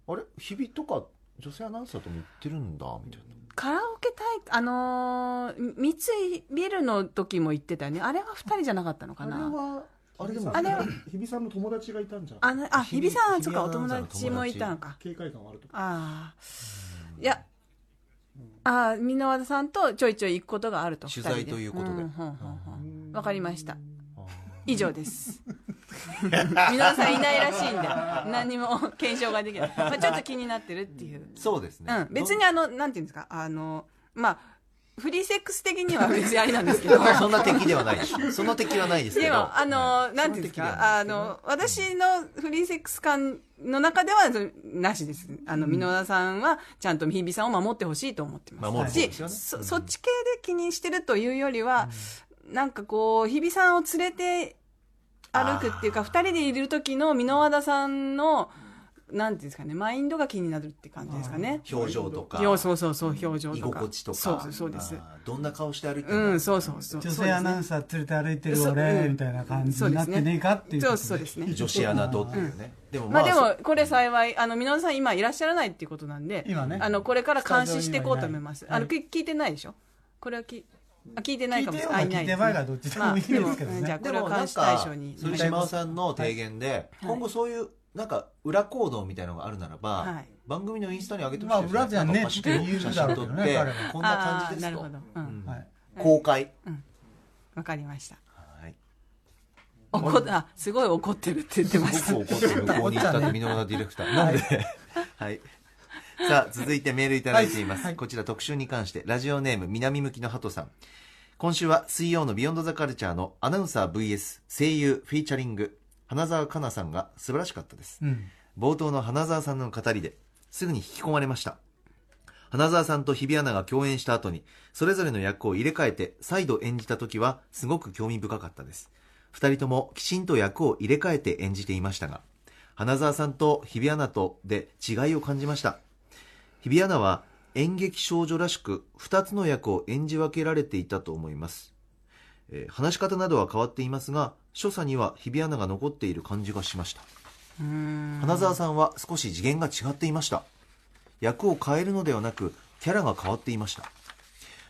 S3: あれ日々とか女性アナウンサーとも行ってるんだ、みたいな。
S5: カラオケ大会あのーみ三井ビルの時も行ってたよねあれは2人じゃなかったのか
S2: あれ
S5: な
S2: は、あれでも、
S5: あれは
S2: 日比さんの友達がいたんじゃ
S5: あ
S2: ん。
S5: のあ日比さんそっかお
S3: 日比アナウ
S5: 友
S3: ンサーの友
S5: 達
S3: 達
S5: もいたのか
S2: 警戒感はあると。
S5: ああいやああ箕輪田さんとちょいちょい行くことがあると
S3: 取材
S5: 二人
S3: ということで
S5: んほんほんほんわかりました以上です 箕輪田さんいないらしいんで何も検証ができない、まあ、ちょっと気になってるっていう
S3: そうですね。
S5: うん、別に
S3: ど
S5: あのなんていうんですかあのまあフリーセックス的には別にありなんですけど
S3: そんな敵で はないです。その敵はないですけ
S5: で
S3: ど。
S5: も、あの、なんていうんです
S3: その時
S5: か、
S3: は
S5: あの、私のフリーセックス感の中では、それなしです。あの、箕輪田さんは、ちゃんと日比さんを守ってほしいと思ってます。
S3: 守る方
S5: し
S3: ですよね
S5: そ、
S3: うん
S5: そっち系で気にしてるというよりは、なんかこう、日比さんを連れて歩くっていうか、二人でいる時の箕輪田さんの、なんていうんですかね、マインドが気になるって感じですかね。
S3: 表情とか、
S5: ようそうそうそう、表情
S3: 居
S5: とか。
S3: 心地とか。
S5: そうそうそうです。
S3: あーどんな顔して歩いてる
S5: う
S3: の
S5: ん、そうそうそう。
S6: 女性アナウンサー連れて歩いてる
S5: そうう
S6: 俺
S5: ん
S6: みたいな感じになってねえかっていうこ
S5: そ
S6: と
S5: うそうですね。
S3: 女子アナとっていうね。でも
S5: まあで
S3: そ
S5: も、これ幸い、あの、皆さん今いらっしゃらないっていうことなんで、
S6: 今ね
S5: あの、これから監視していこうと思います。
S6: ス
S5: あ
S6: タジ
S5: の、
S6: オに
S5: き聞いてないでしょこれはき、あ、聞いてないかもしれ
S6: 聞い
S5: ない。あ
S6: てようが
S5: いないですね
S6: 聞いてまいがどっちでもいいですけ
S5: まあ
S6: どね
S5: もうんじゃあ、こ
S3: で
S5: れ
S3: も
S5: は
S3: な
S5: 監
S3: ん
S5: 視
S3: か
S5: 対象に。
S3: それ島尾さんの提言で、
S5: い
S3: 今後そういうなんか裏行動みたいなのがあるならば、
S5: はい
S3: 番組のインスタに上げてほし
S6: まあ
S3: いですね
S6: 裏じゃ
S3: な
S6: ねえ
S3: んかパシッと
S6: って言
S3: 写
S6: うだ
S3: 真
S6: ろう
S3: 撮
S6: けど
S3: っ
S6: ね
S3: て
S6: 彼は
S3: こんな感じ
S5: あーな
S3: です
S5: る
S3: と
S5: ほど。うん。
S3: うん
S6: はい
S3: 公開
S5: わかりました。
S3: はい
S5: 怒っあ、すごい怒ってるって言ってまし
S3: す
S5: た。
S3: ごく怒ってる向こうに行ったって箕輪田ディレクターなんではいさあ続いてメールいただいています、こちら特集に関してラジオネーム南向きの鳩さん今週は水曜のビヨンドザカルチャーのアナウンサー VS 声優フィーチャリング花澤香菜さんが素晴らしかったです
S6: うん
S3: 冒頭の花澤さんの語りですぐに引き込まれました花澤さんと日比アナが共演した後に、それぞれの役を入れ替えて再度演じた時は、すごく興味深かったです。二人ともきちんと役を入れ替えて演じていましたが、花澤さんと日比アナとで違いを感じました。日比アナは演劇少女らしく2つの役を演じ分けられていたと思います、えー話し方などは変わっていますが所作には日比アナが残っている感じがしました花澤さんは少し次元が違っていました役を変えるのではなくキャラが変わっていました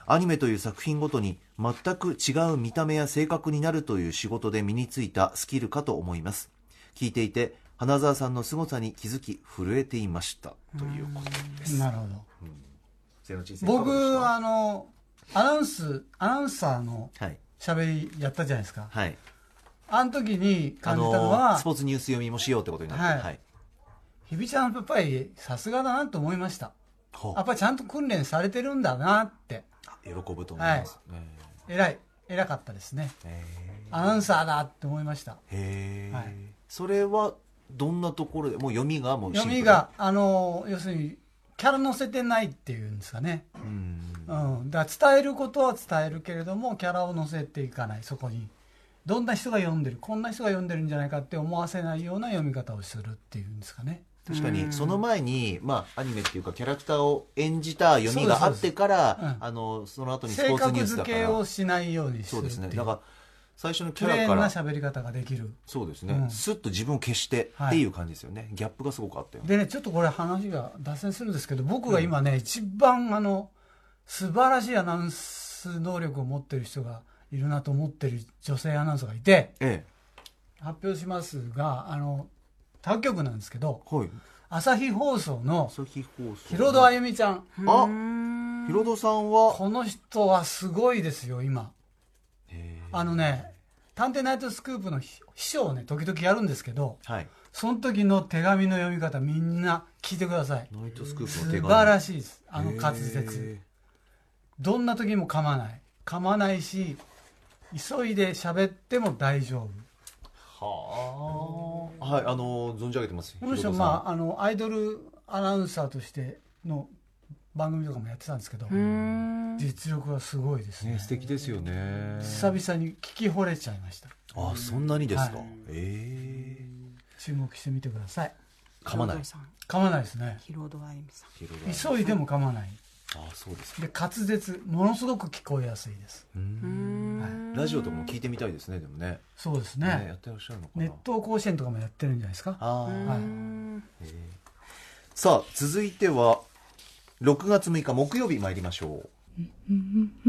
S3: アニメという作品ごとに全く違う見た目や性格になるという仕事で身についたスキルかと思います聞いていて花澤さんの凄さに気づき震えていましたということです
S6: なるほど。
S3: 瀬野知事
S6: 僕、
S3: は
S6: あの、アナウンス、アナウンサーの
S3: はい
S6: 喋りやったじゃないですか。
S3: はい
S6: あの時に
S3: あ
S6: 感じたの
S3: の
S6: は
S3: ス、ポーツニュース読みもしようってことになって
S6: はい日比ちゃんやっぱりさすがだなと思いました。
S3: ほう
S6: やっぱりちゃんと訓練されてるんだなって。
S3: 喜ぶと思います、
S6: 偉い。偉かったですね。
S3: え
S6: アナウンサーだって思いました。
S3: ーへえ、
S6: はい
S3: それはどんなところでもう読みがもうシンプ
S6: 読
S3: ル
S6: みが、あの、要するに、キャラ乗せてないっていうんですかね。
S3: うん
S6: うん。だから伝えることは伝えるけれども、キャラを乗せていかない、そこに。どんな人が読んでる、こんな人が読んでるんじゃないかって思わせないような読み方をするっていうんですかね。
S3: 確かにその前に、まあ、アニメっていうかキャラクターを演じた読みがあってから
S6: そうですそうですうん
S3: あのその後にス
S6: 性
S3: ポーツニュ
S6: 格
S3: ース
S6: 付
S3: だか
S6: け
S3: ら
S6: をしないようにす
S3: そ
S6: る
S3: う
S6: ってい
S3: ですねだから最初のキ
S6: 綺
S3: ャラ
S6: 麗
S3: か
S6: な
S3: ら
S6: 喋り方ができる。
S3: そうですね、
S6: うん
S3: スッと自分を消してっ
S6: はい
S3: ていう感じですよね、ギャップがすごくあったよね
S6: でね、ちょっとこれ話が脱線するんですけど、僕が今ね、一番あの、素晴らしいアナウンス能力を持ってる人がいるなと思ってる女性アナウンサーがいて、
S3: ええ
S6: 発表しますが、あの、他局なんですけど、
S3: はい
S6: 朝日放送の、
S3: 朝日放送
S6: ヒロドあゆみちゃん。
S3: あヒロドさんは
S6: この人はすごいですよ、今。あのね、探偵ナイトスクープの秘秘書をね、時々やるんですけど、
S3: はい
S6: その時の手紙の読み方みんな聞いてください。
S3: ナイトスクープ
S6: 素
S3: の手紙
S6: 晴ら
S3: しい
S6: しいです。あの滑舌。どんな時も噛まない。噛まないし、急いで喋っても大丈夫。
S3: はあはいあの存じ上げてます
S6: この人、
S3: ヒロドさん
S6: まあ、あの、アイドルアナウンサーとしての番組とかもやってたんですけど、実力はすごいですね
S3: ね。素敵ですよね
S6: 久々に聞き惚れちゃいました。
S3: あそんなにですか、
S6: はい
S3: ええ
S6: 注目してみてください。
S3: 噛まない
S5: ヒロドさん
S6: 噛まないですね。
S5: ヒロドアイミさん
S3: ヒロドさん
S6: 急いでも噛まない。
S3: あそうですか
S6: で、滑舌、ものすごく聞こえやすいです。
S3: ラジオとかも聞いてみたいですねでもね
S6: そうです
S3: ね
S6: ね
S3: や。ってらっしゃるのかな
S6: 熱湯甲子園とかもやってるんじゃないですか。
S3: ああ
S6: はい。
S3: さあ続いては6月6日木曜日参りましょう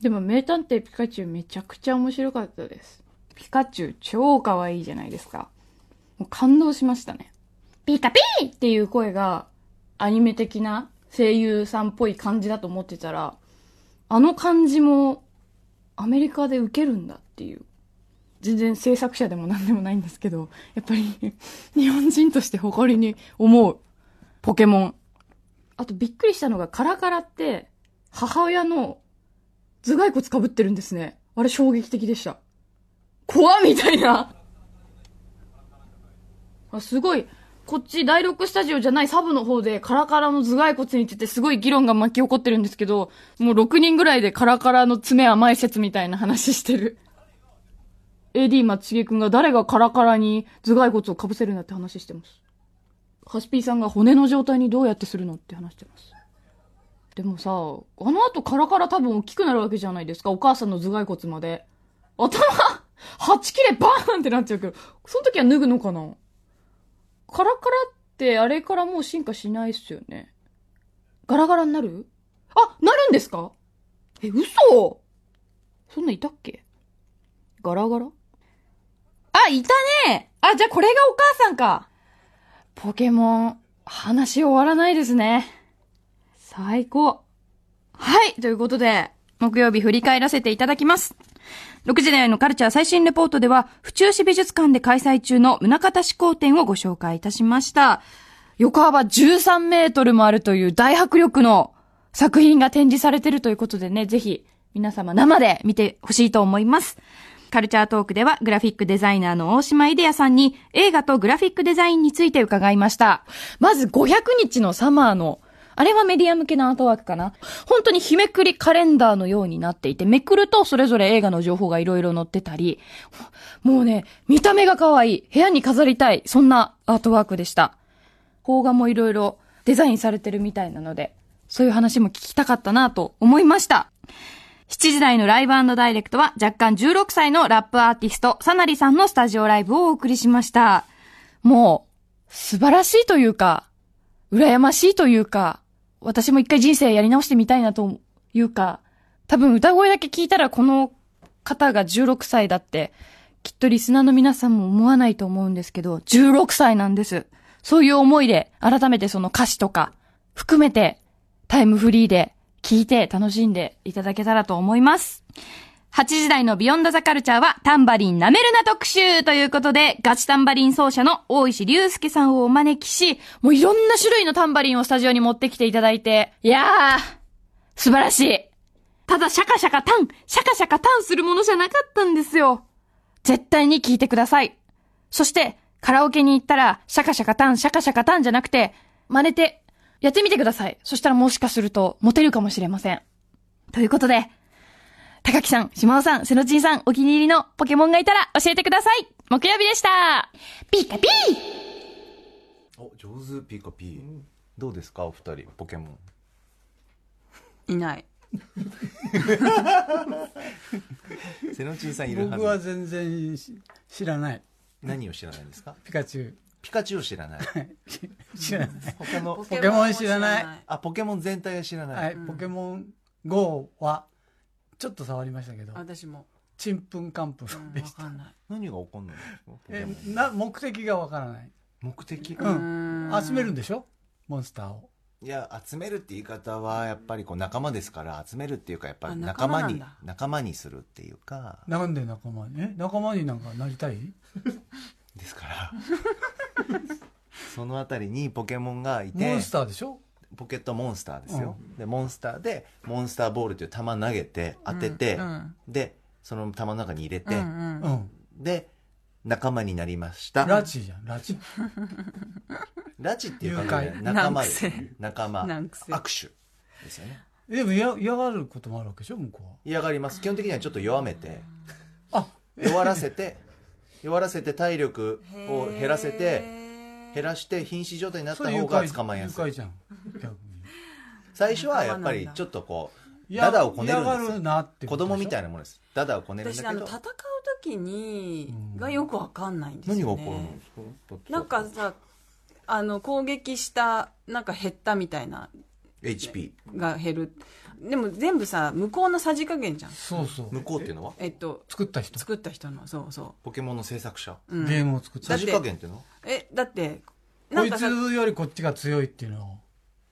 S7: でも名探偵ピカチュウめちゃくちゃ面白かったです。ピカチュウ超可愛いじゃないですか。もう感動しましたね。ピカピーっていう声がアニメ的な声優さんっぽい感じだと思ってたら、あの感じもアメリカで受けるんだっていう。全然制作者でも何でもないんですけど、やっぱり日本人として誇りに思うポケモン。あとびっくりしたのがカラカラって母親の頭蓋骨かぶってるんですね。あれ衝撃的でした。怖っみたいな。あすごい、こっち第6スタジオじゃないサブの方でカラカラの頭蓋骨についてすごい議論が巻き起こってるんですけど、もう6人ぐらいでカラカラの爪甘い説みたいな話してる。AD 松重くんが誰がカラカラに頭蓋骨をかぶせるんだって話してます。ハスピーさんが骨の状態にどうやってするのって話してます。でもさ、あの後カラカラ多分大きくなるわけじゃないですか。お母さんの頭蓋骨まで。頭、8切れバーンってなっちゃうけど、その時は脱ぐのかなカラカラってあれからもう進化しないっすよね。ガラガラになるあ、なるんですかえ、嘘そんなんいたっけガラガラあ、いたねあ、じゃあこれがお母さんかポケモン、話終わらないですね。最高。はい、ということで、木曜日振り返らせていただきます。6時台のカルチャー最新レポートでは、府中市美術館で開催中の宗像志向展をご紹介いたしました。横幅13メートルもあるという大迫力の作品が展示されているということでね、ぜひ皆様生で見てほしいと思います。カルチャートークではグラフィックデザイナーの大島イデアさんに映画とグラフィックデザインについて伺いました。まず500日のサマーのあれはメディア向けのアートワークかな本当に日めくりカレンダーのようになっていて、めくるとそれぞれ映画の情報がいろいろ載ってたり、もうね、見た目が可愛い、部屋に飾りたい、そんなアートワークでした。邦画もいろいろデザインされてるみたいなので、そういう話も聞きたかったなと思いました。7時台のライブダイレクトは若干16歳のラップアーティスト、サナリさんのスタジオライブをお送りしました。もう、素晴らしいというか、羨ましいというか、私も一回人生やり直してみたいなというか、多分歌声だけ聞いたらこの方が16歳だって、きっとリスナーの皆さんも思わないと思うんですけど、16歳なんです。そういう思いで、改めてその歌詞とか、含めて、タイムフリーで、聞いて楽しんでいただけたらと思います。8時台のビヨンドザカルチャーはタンバリンなめるな特集ということで、ガチタンバリン奏者の大石隆介さんをお招きし、もういろんな種類のタンバリンをスタジオに持ってきていただいて、いやー、素晴らしい。ただシャカシャカタン、シャカシャカタンするものじゃなかったんですよ。絶対に聞いてください。そして、カラオケに行ったら、シャカシャカタン、シャカシャカタンじゃなくて、真似て、やってみてください。そしたらもしかすると、モテるかもしれません。ということで、高木さん、島尾さん、瀬野ちんさん、お気に入りのポケモンがいたら教えてください。木曜日でした。
S8: ピカピ
S3: お上手ピーカピー、どうですかお二人ポケモン
S5: いない。
S3: 瀬野ちんさんいるはず
S6: 僕は全然し知らない。
S3: 何を知らないんですか
S6: ピカチュ
S3: ピカチュウを知らない
S6: ウ知らない。
S3: 他の
S6: ポケモン知らない
S3: あポケモン全体が知らない、
S6: はい、ポケモン GO は、ちょっと触りましたけど、
S5: 私も。
S6: ちんぷんかんぷん
S5: うん
S6: で
S5: わ
S6: した。
S5: かんない。
S3: 何が起こんないんですかポケ
S6: え
S3: モン
S6: な目的がわからない。
S3: 目的
S6: う。
S5: うんん
S6: 集めるんでしょモンスターを。
S3: いや集めるって言い方はやっぱりこう仲間ですから集めるっていうかやっぱり
S5: あ
S3: 仲間に
S5: 仲間なんだ
S3: 仲間にするっていうか
S6: なんで仲間にえ仲間になんかなりたい
S3: ですからそのあたりにポケモンがい
S6: モ
S3: て
S6: ンスターでしょ
S3: ポケットモンスターですよ、でモンスターでモンスターボールっていう球投げて当てて、
S5: うん
S3: でその球の中に入れて、
S5: うんう
S6: う
S5: ん
S6: ん。
S3: で仲間になりました
S6: ラチじゃん、ラチ。
S3: 拉致っていう感じ
S6: 誘
S3: で
S6: 拐
S3: 仲間です
S5: 難癖
S3: 仲間
S5: 難癖
S3: 握手ですよね
S6: でも嫌嫌がることもあるわけでしょ向こうは。
S3: 嫌がります基本的にはちょっと弱めて
S6: あ
S3: 弱らせて弱らせて体力を減らせて
S5: へー
S3: 減らして瀕死状態になっ
S6: そ
S3: た
S6: れ誘
S3: 方が
S6: 拐
S3: 捕まえやす
S6: 誘
S3: い
S6: 拐じゃん。逆に
S3: 最初はやっぱ
S5: 仲間なん
S3: り
S5: だ
S3: ちょっとこう
S6: 嫌
S3: ダダをこねる
S6: 嫌がる
S3: んで
S6: なっ
S3: す
S6: て
S3: 子供みた
S6: い
S3: いなものですダダをこねるん
S5: 私
S3: だ
S5: あ
S3: けど
S5: の戦う時にがよくわかんないんですよ
S3: 何
S5: ね
S3: が起こるんですか
S5: なんかさあの攻撃したなんか減ったみたいな
S3: HP
S5: が減るでも全部さ向こうのさじ加減じゃん
S6: そうそう
S3: 向こうっていうのは
S5: えっと
S6: 作った人、
S5: 作った人のそうそ
S3: ポケモンの制作者
S5: う、うん、
S6: ゲームを作った
S3: さ
S6: 人
S3: じ加減っていうの
S5: えだってな
S6: こ
S5: ん
S6: い
S5: か
S6: つ
S5: さ
S6: よりこっちが強いっていうのを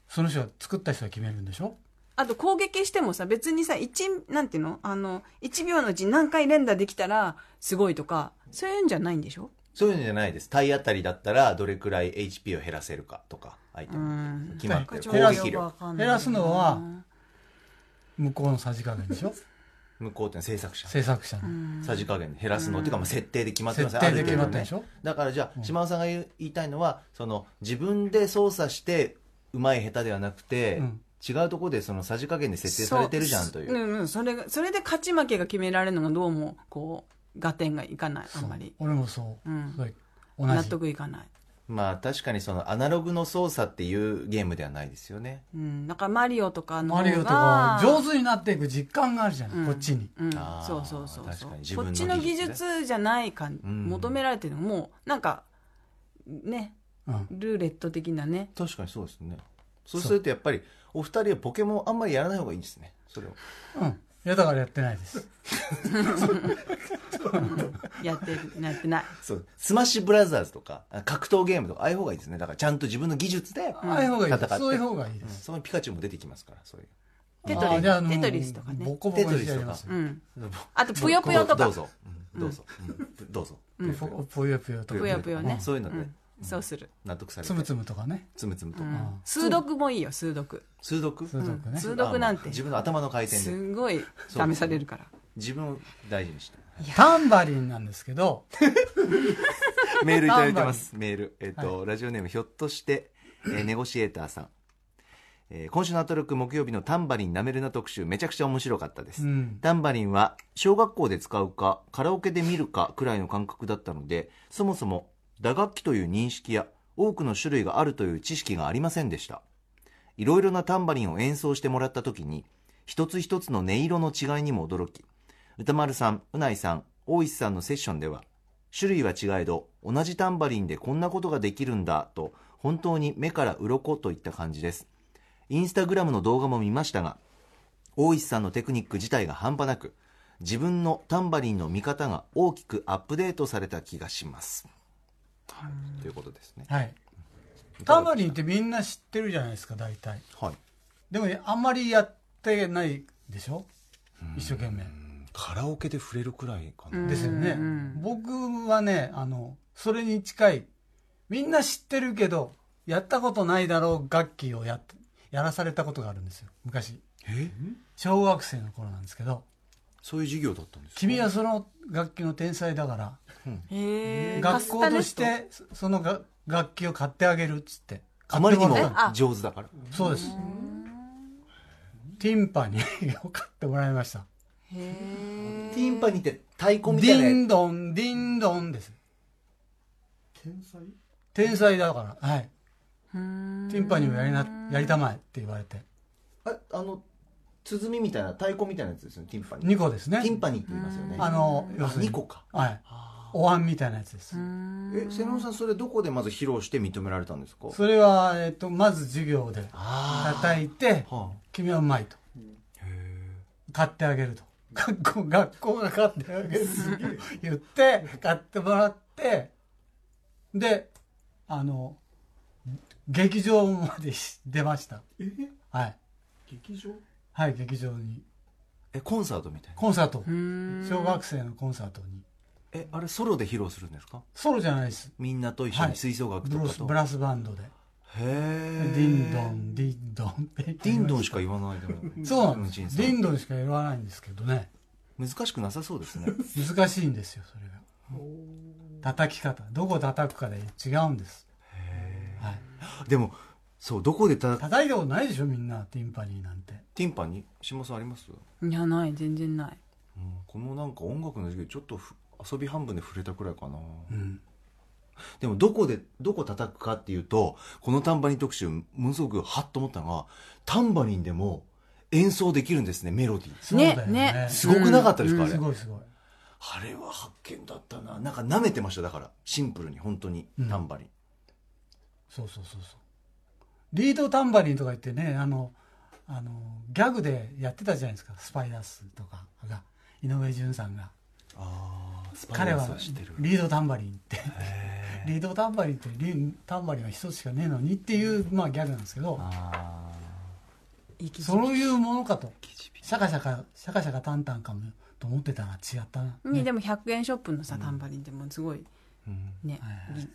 S6: その人が作った人が決めるんでしょ
S5: あと攻撃してもさ別にさ1なんていうのあの1秒のうち何回連打できたらすごいとかそういうんじゃないんでしょ
S3: そういうのじゃないです体当たりだったらどれくらい HP を減らせるかとか相手
S5: う
S3: の
S5: ん
S3: 決まってる
S5: ち
S3: 攻
S5: ょ
S3: 撃
S5: っとよく
S3: 力
S5: わかんない
S6: 減らすのは向こうのさじ加減でしょ
S3: 向こうっていうのは制作者
S6: 制作者の、
S3: さじ加減で減らすのっていうか、まあ、設定で決まってるん
S6: 設定で決まってる
S3: あ
S6: で
S3: る
S6: しょ
S3: 程度ねだからじゃあ島尾さんが言う言いたいのはその自分で操作してうまい下手ではなくて、
S6: うん
S3: 違うところでそのさじ加減で設定されてるじゃんという
S5: そううんうん、それがそれで勝ち負けが決められるのがどうもこう合点がいかないあんまり
S6: 俺もそう、
S5: うん
S6: それ同
S5: 納
S6: じ
S5: 得いかない、
S3: まあ確かにそのアナログの操作っていうゲームではないですよね、
S5: うん、なんかマリオとかの方
S6: マ
S5: が
S6: リオとか上手になっていく実感があるじゃない、
S5: うん
S6: こっちに
S5: うん
S3: あー
S5: そうそうそう
S3: 確
S5: そ
S3: かに
S5: う
S3: 自
S5: こ
S3: 分の
S5: っ
S3: 技
S5: ち
S3: 術ね
S5: の技術じゃないか
S3: ん
S5: 求められてるのもうなんかね
S6: うん
S5: ルーレット的な ね
S3: 確かにそうですねそうするとやっぱりお二人はポケモンあんまりやらない方がいいんですねそれを
S6: うんいやだからやってないです
S5: やってるやってない
S3: そうスマッシュブラザーズとかあ格闘ゲームとかああいう方がいいですねだからちゃんと自分の技術で、
S6: ああいう方がいいです
S3: 戦って
S6: そういう方がいいで
S3: うん
S6: す、
S3: そのピカチュウも出てきますからそういう
S5: テトリス
S6: ああじゃあもう
S5: テトリスとかね
S6: ボコボコにしてやります
S3: テトリスと
S6: よ
S3: か
S5: うんあとぷよぷよと
S3: ど
S5: か
S3: うぞ、うんどうぞ、うんどうぞ、
S6: ぽぽよぽよと
S5: ぷ
S6: か
S5: よぷよね
S3: そういうので、
S5: うんそうする
S3: 納得され
S6: つ
S3: て
S6: むつむとかね
S3: つむつむと、
S6: ん
S5: 数読もいいよ数読
S3: 数読
S6: 数読ね、
S5: 数読なんて
S3: 自分の頭の回転です
S5: ごい試されるから
S3: 自分を大事にして
S6: タンバリンなんですけど、
S3: メールいただいてます。メール。えっ、と、ラジオネームひょっとして、えーネゴシエーターさん。えー今週のアトロック木曜日のタンバリンなめるな特集、めちゃくちゃ面白かったです。
S6: うん
S3: タンバリンは小学校で使うか、カラオケで見るかくらいの感覚だったので、そもそも打楽器という認識や多くの種類があるという知識がありませんでした。いろいろなタンバリンを演奏してもらった時に、一つ一つの音色の違いにも驚き、歌丸さん、うないさん、大石さんのセッションでは、種類は違えど、同じタンバリンでこんなことができるんだと、本当に目から鱗といった感じです。インスタグラムの動画も見ましたが、大石さんのテクニック自体が半端なく、自分のタンバリンの見方が大きくアップデートされた気がします。ということですね。
S6: はい。タンバリンってみんな知ってるじゃないですか、大体。
S3: はい。
S6: でも、あんまりやってないでしょ一生懸命。
S3: カラオケで触れるくらいか
S5: うん
S6: ですよね
S5: う。ん
S6: 僕はね、あの、それに近い、みんな知ってるけど、やったことないだろう楽器をやっ、やらされたことがあるんですよ、昔。
S3: え
S6: 小学生の頃なんですけど、
S3: そういう授業だったんですか
S6: 君はその楽器の天才だから、
S5: へえ
S6: 学校としてそそのが楽器を買ってあげるっつって
S3: あまりにも
S6: 買ってもらっ
S3: 上手だから。
S6: たそうですティンパニーを買ってもらいました
S3: ティンパニーって太
S6: デ
S3: 鼓みたいな
S6: ィ
S3: や
S6: ンドンディンドンです
S2: 天才
S6: 天才だからはい
S5: ン
S6: ティンパニーをやりなやりたまえって言われて
S3: つああの、鼓みたいな、太鼓みたいなやつですよね、ティンパニー。
S6: 2個ですね
S3: ティンパニーって言いますよね。
S6: あの要する
S3: 2
S6: に
S3: 個か。
S6: はいお椀みたいなやつです
S3: え、瀬野さん、それどこでまず披露して認められたんですか
S6: それは、えっと、まず授業で
S3: あ
S6: 叩いて
S3: あ。は
S6: 君はうまいと買ってあげると学校学校が買ってあげると言って買ってもらってであの劇場までし出ました
S2: え
S6: はい
S2: 劇場
S6: はい劇場に
S3: あ。え、コンサートみたいな。
S6: コンサート
S5: うん
S6: 小学生のコンサートに
S3: え、あれソロで披露するんですか
S6: ソロじゃないです
S3: みんなと一緒
S6: は
S3: に
S6: い
S3: 吹奏楽
S6: ブ
S3: と
S6: ロ
S3: か
S6: ス
S3: と。
S6: ブラスバンドで
S3: へ
S6: デ
S3: え。
S6: ィンド。ンディンドンって言って
S3: ディンド
S6: ま
S3: ン
S6: し
S3: しか言わないでも。
S6: た そうなんです
S3: 人生
S6: ディンドンしか言わないんですけどね
S3: 難しくなさそうですね。
S6: 難しいんですよそれが叩き方どこ叩くかで違うんですはい
S3: でも、そう、どこでた
S6: 叩いたことないでしょみんなティンパニーなんて
S3: ティンパニー島さんあります
S5: いやない全然ない
S3: うんこのなんか音楽の授業ちょっとふ遊び半分で触れたくらいかな、
S6: ん
S3: でもどこでどこ叩くかっていうとこのタンバリン特集ものすごくハッと思ったのがタンバリンでも演奏できるんですねメロディー
S6: そうだよね
S5: ね
S3: すごくなかったですか、あれ、
S6: すごいすごい
S3: あれは発見だったななんか舐めてましただからシンプルに本当に
S6: うん
S3: タンバリン、
S6: そうそうそうそうリードタンバリンとか言ってねあのあのギャグでやってたじゃないですかスパイダースとかが井上順さんが
S3: ああスパイ
S6: 彼
S3: ダー
S6: は
S3: スは知ってる
S6: リードタンバリンってリードタンバリンってリンタンバリンは一つしかねえのにっていう、まあ、ギャグなんですけど
S3: あ
S6: そういうものかとシャカシャカシャカシャカタンタンかもと思ってたら違ったな、
S5: にでも100円ショップのさタンバリンでもすごい
S3: ーうん
S5: ね
S6: はいはい
S5: ぎ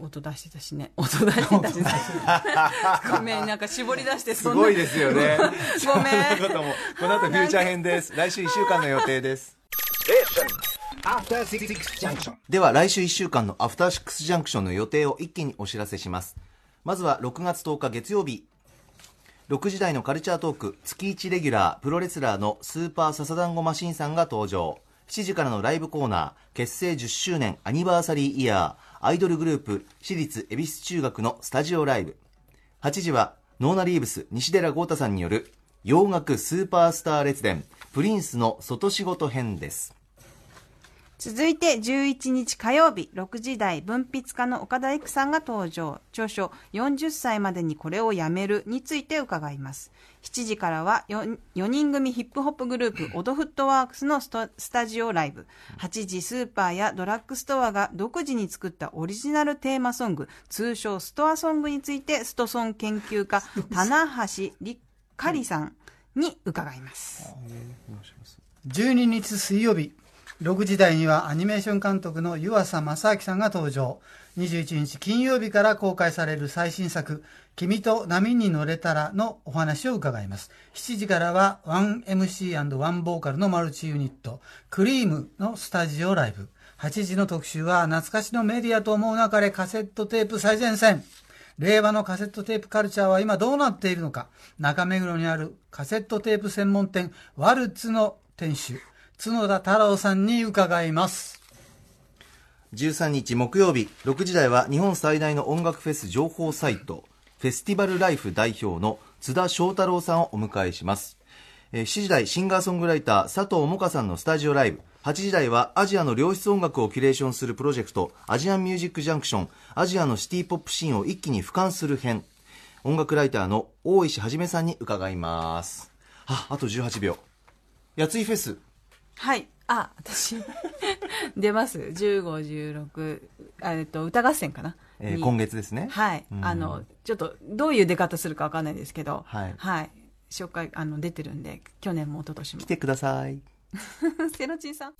S5: 音出してたしね 音出してたしねごめんなんか絞り出して
S3: す
S5: そんな
S3: ごいですよね
S5: ごめん
S3: そんな こともこの後フューチャー編です来週1週間の予定ですでは来週1週間のアフターシックスジャンクションの予定を一気にお知らせしますまずは6月10日月曜日6時台のカルチャートーク月1レギュラープロレスラーのスーパーササダンゴマシンさんが登場7時からのライブコーナー結成10周年アニバーサリーイヤーアイドルグループ私立恵比寿中学のスタジオライブ8時はノーナリーブス西寺豪太さんによる洋楽スーパースター列伝プリンスの外仕事編です
S9: 続いて11日火曜日6時台文筆家の岡田育さんが登場著書「40歳までにこれをやめる」について伺います7時からは 4, 人組ヒップホップグループオドフットワークスのストスタジオライブ8時スーパーやドラッグストアが独自に作ったオリジナルテーマソング通称ストアソングについてストソン研究家棚橋りっかりさんに伺います
S6: 12日水曜日6時台にはアニメーション監督の湯浅正明さんが登場21日金曜日から公開される最新作「君と波に乗れたら」のお話を伺います7時からは 1MC&1 ボーカルのマルチユニットクリームのスタジオライブ8時の特集は懐かしのメディアと思う中でカセットテープ最前線令和のカセットテープカルチャーは今どうなっているのか中目黒にあるカセットテープ専門店ワルツの店主角田太郎さんに伺います
S3: 13日木曜日6時台は日本最大の音楽フェス情報サイトフェスティバルライフ代表の津田翔太郎さんをお迎えしますえー7時台シンガーソングライター佐藤萌歌さんのスタジオライブ8時台はアジアの良質音楽をキュレーションするプロジェクトアジアンミュージックジャンクションアジアのシティポップシーンを一気に俯瞰する編音楽ライターの大石はじめさんに伺いますああと18秒やついフェス
S5: はい。あ、私、 出ます。15、16、あえっと、歌合戦かな。
S3: えー
S5: に
S3: 今月ですね。
S5: はい。
S3: うん
S5: あの、ちょっと、どういう出方するかわかんないですけど、
S3: はい
S5: 紹介、あの、出てるんで、去年も一昨年も
S3: 来。てください。
S5: セロチンさん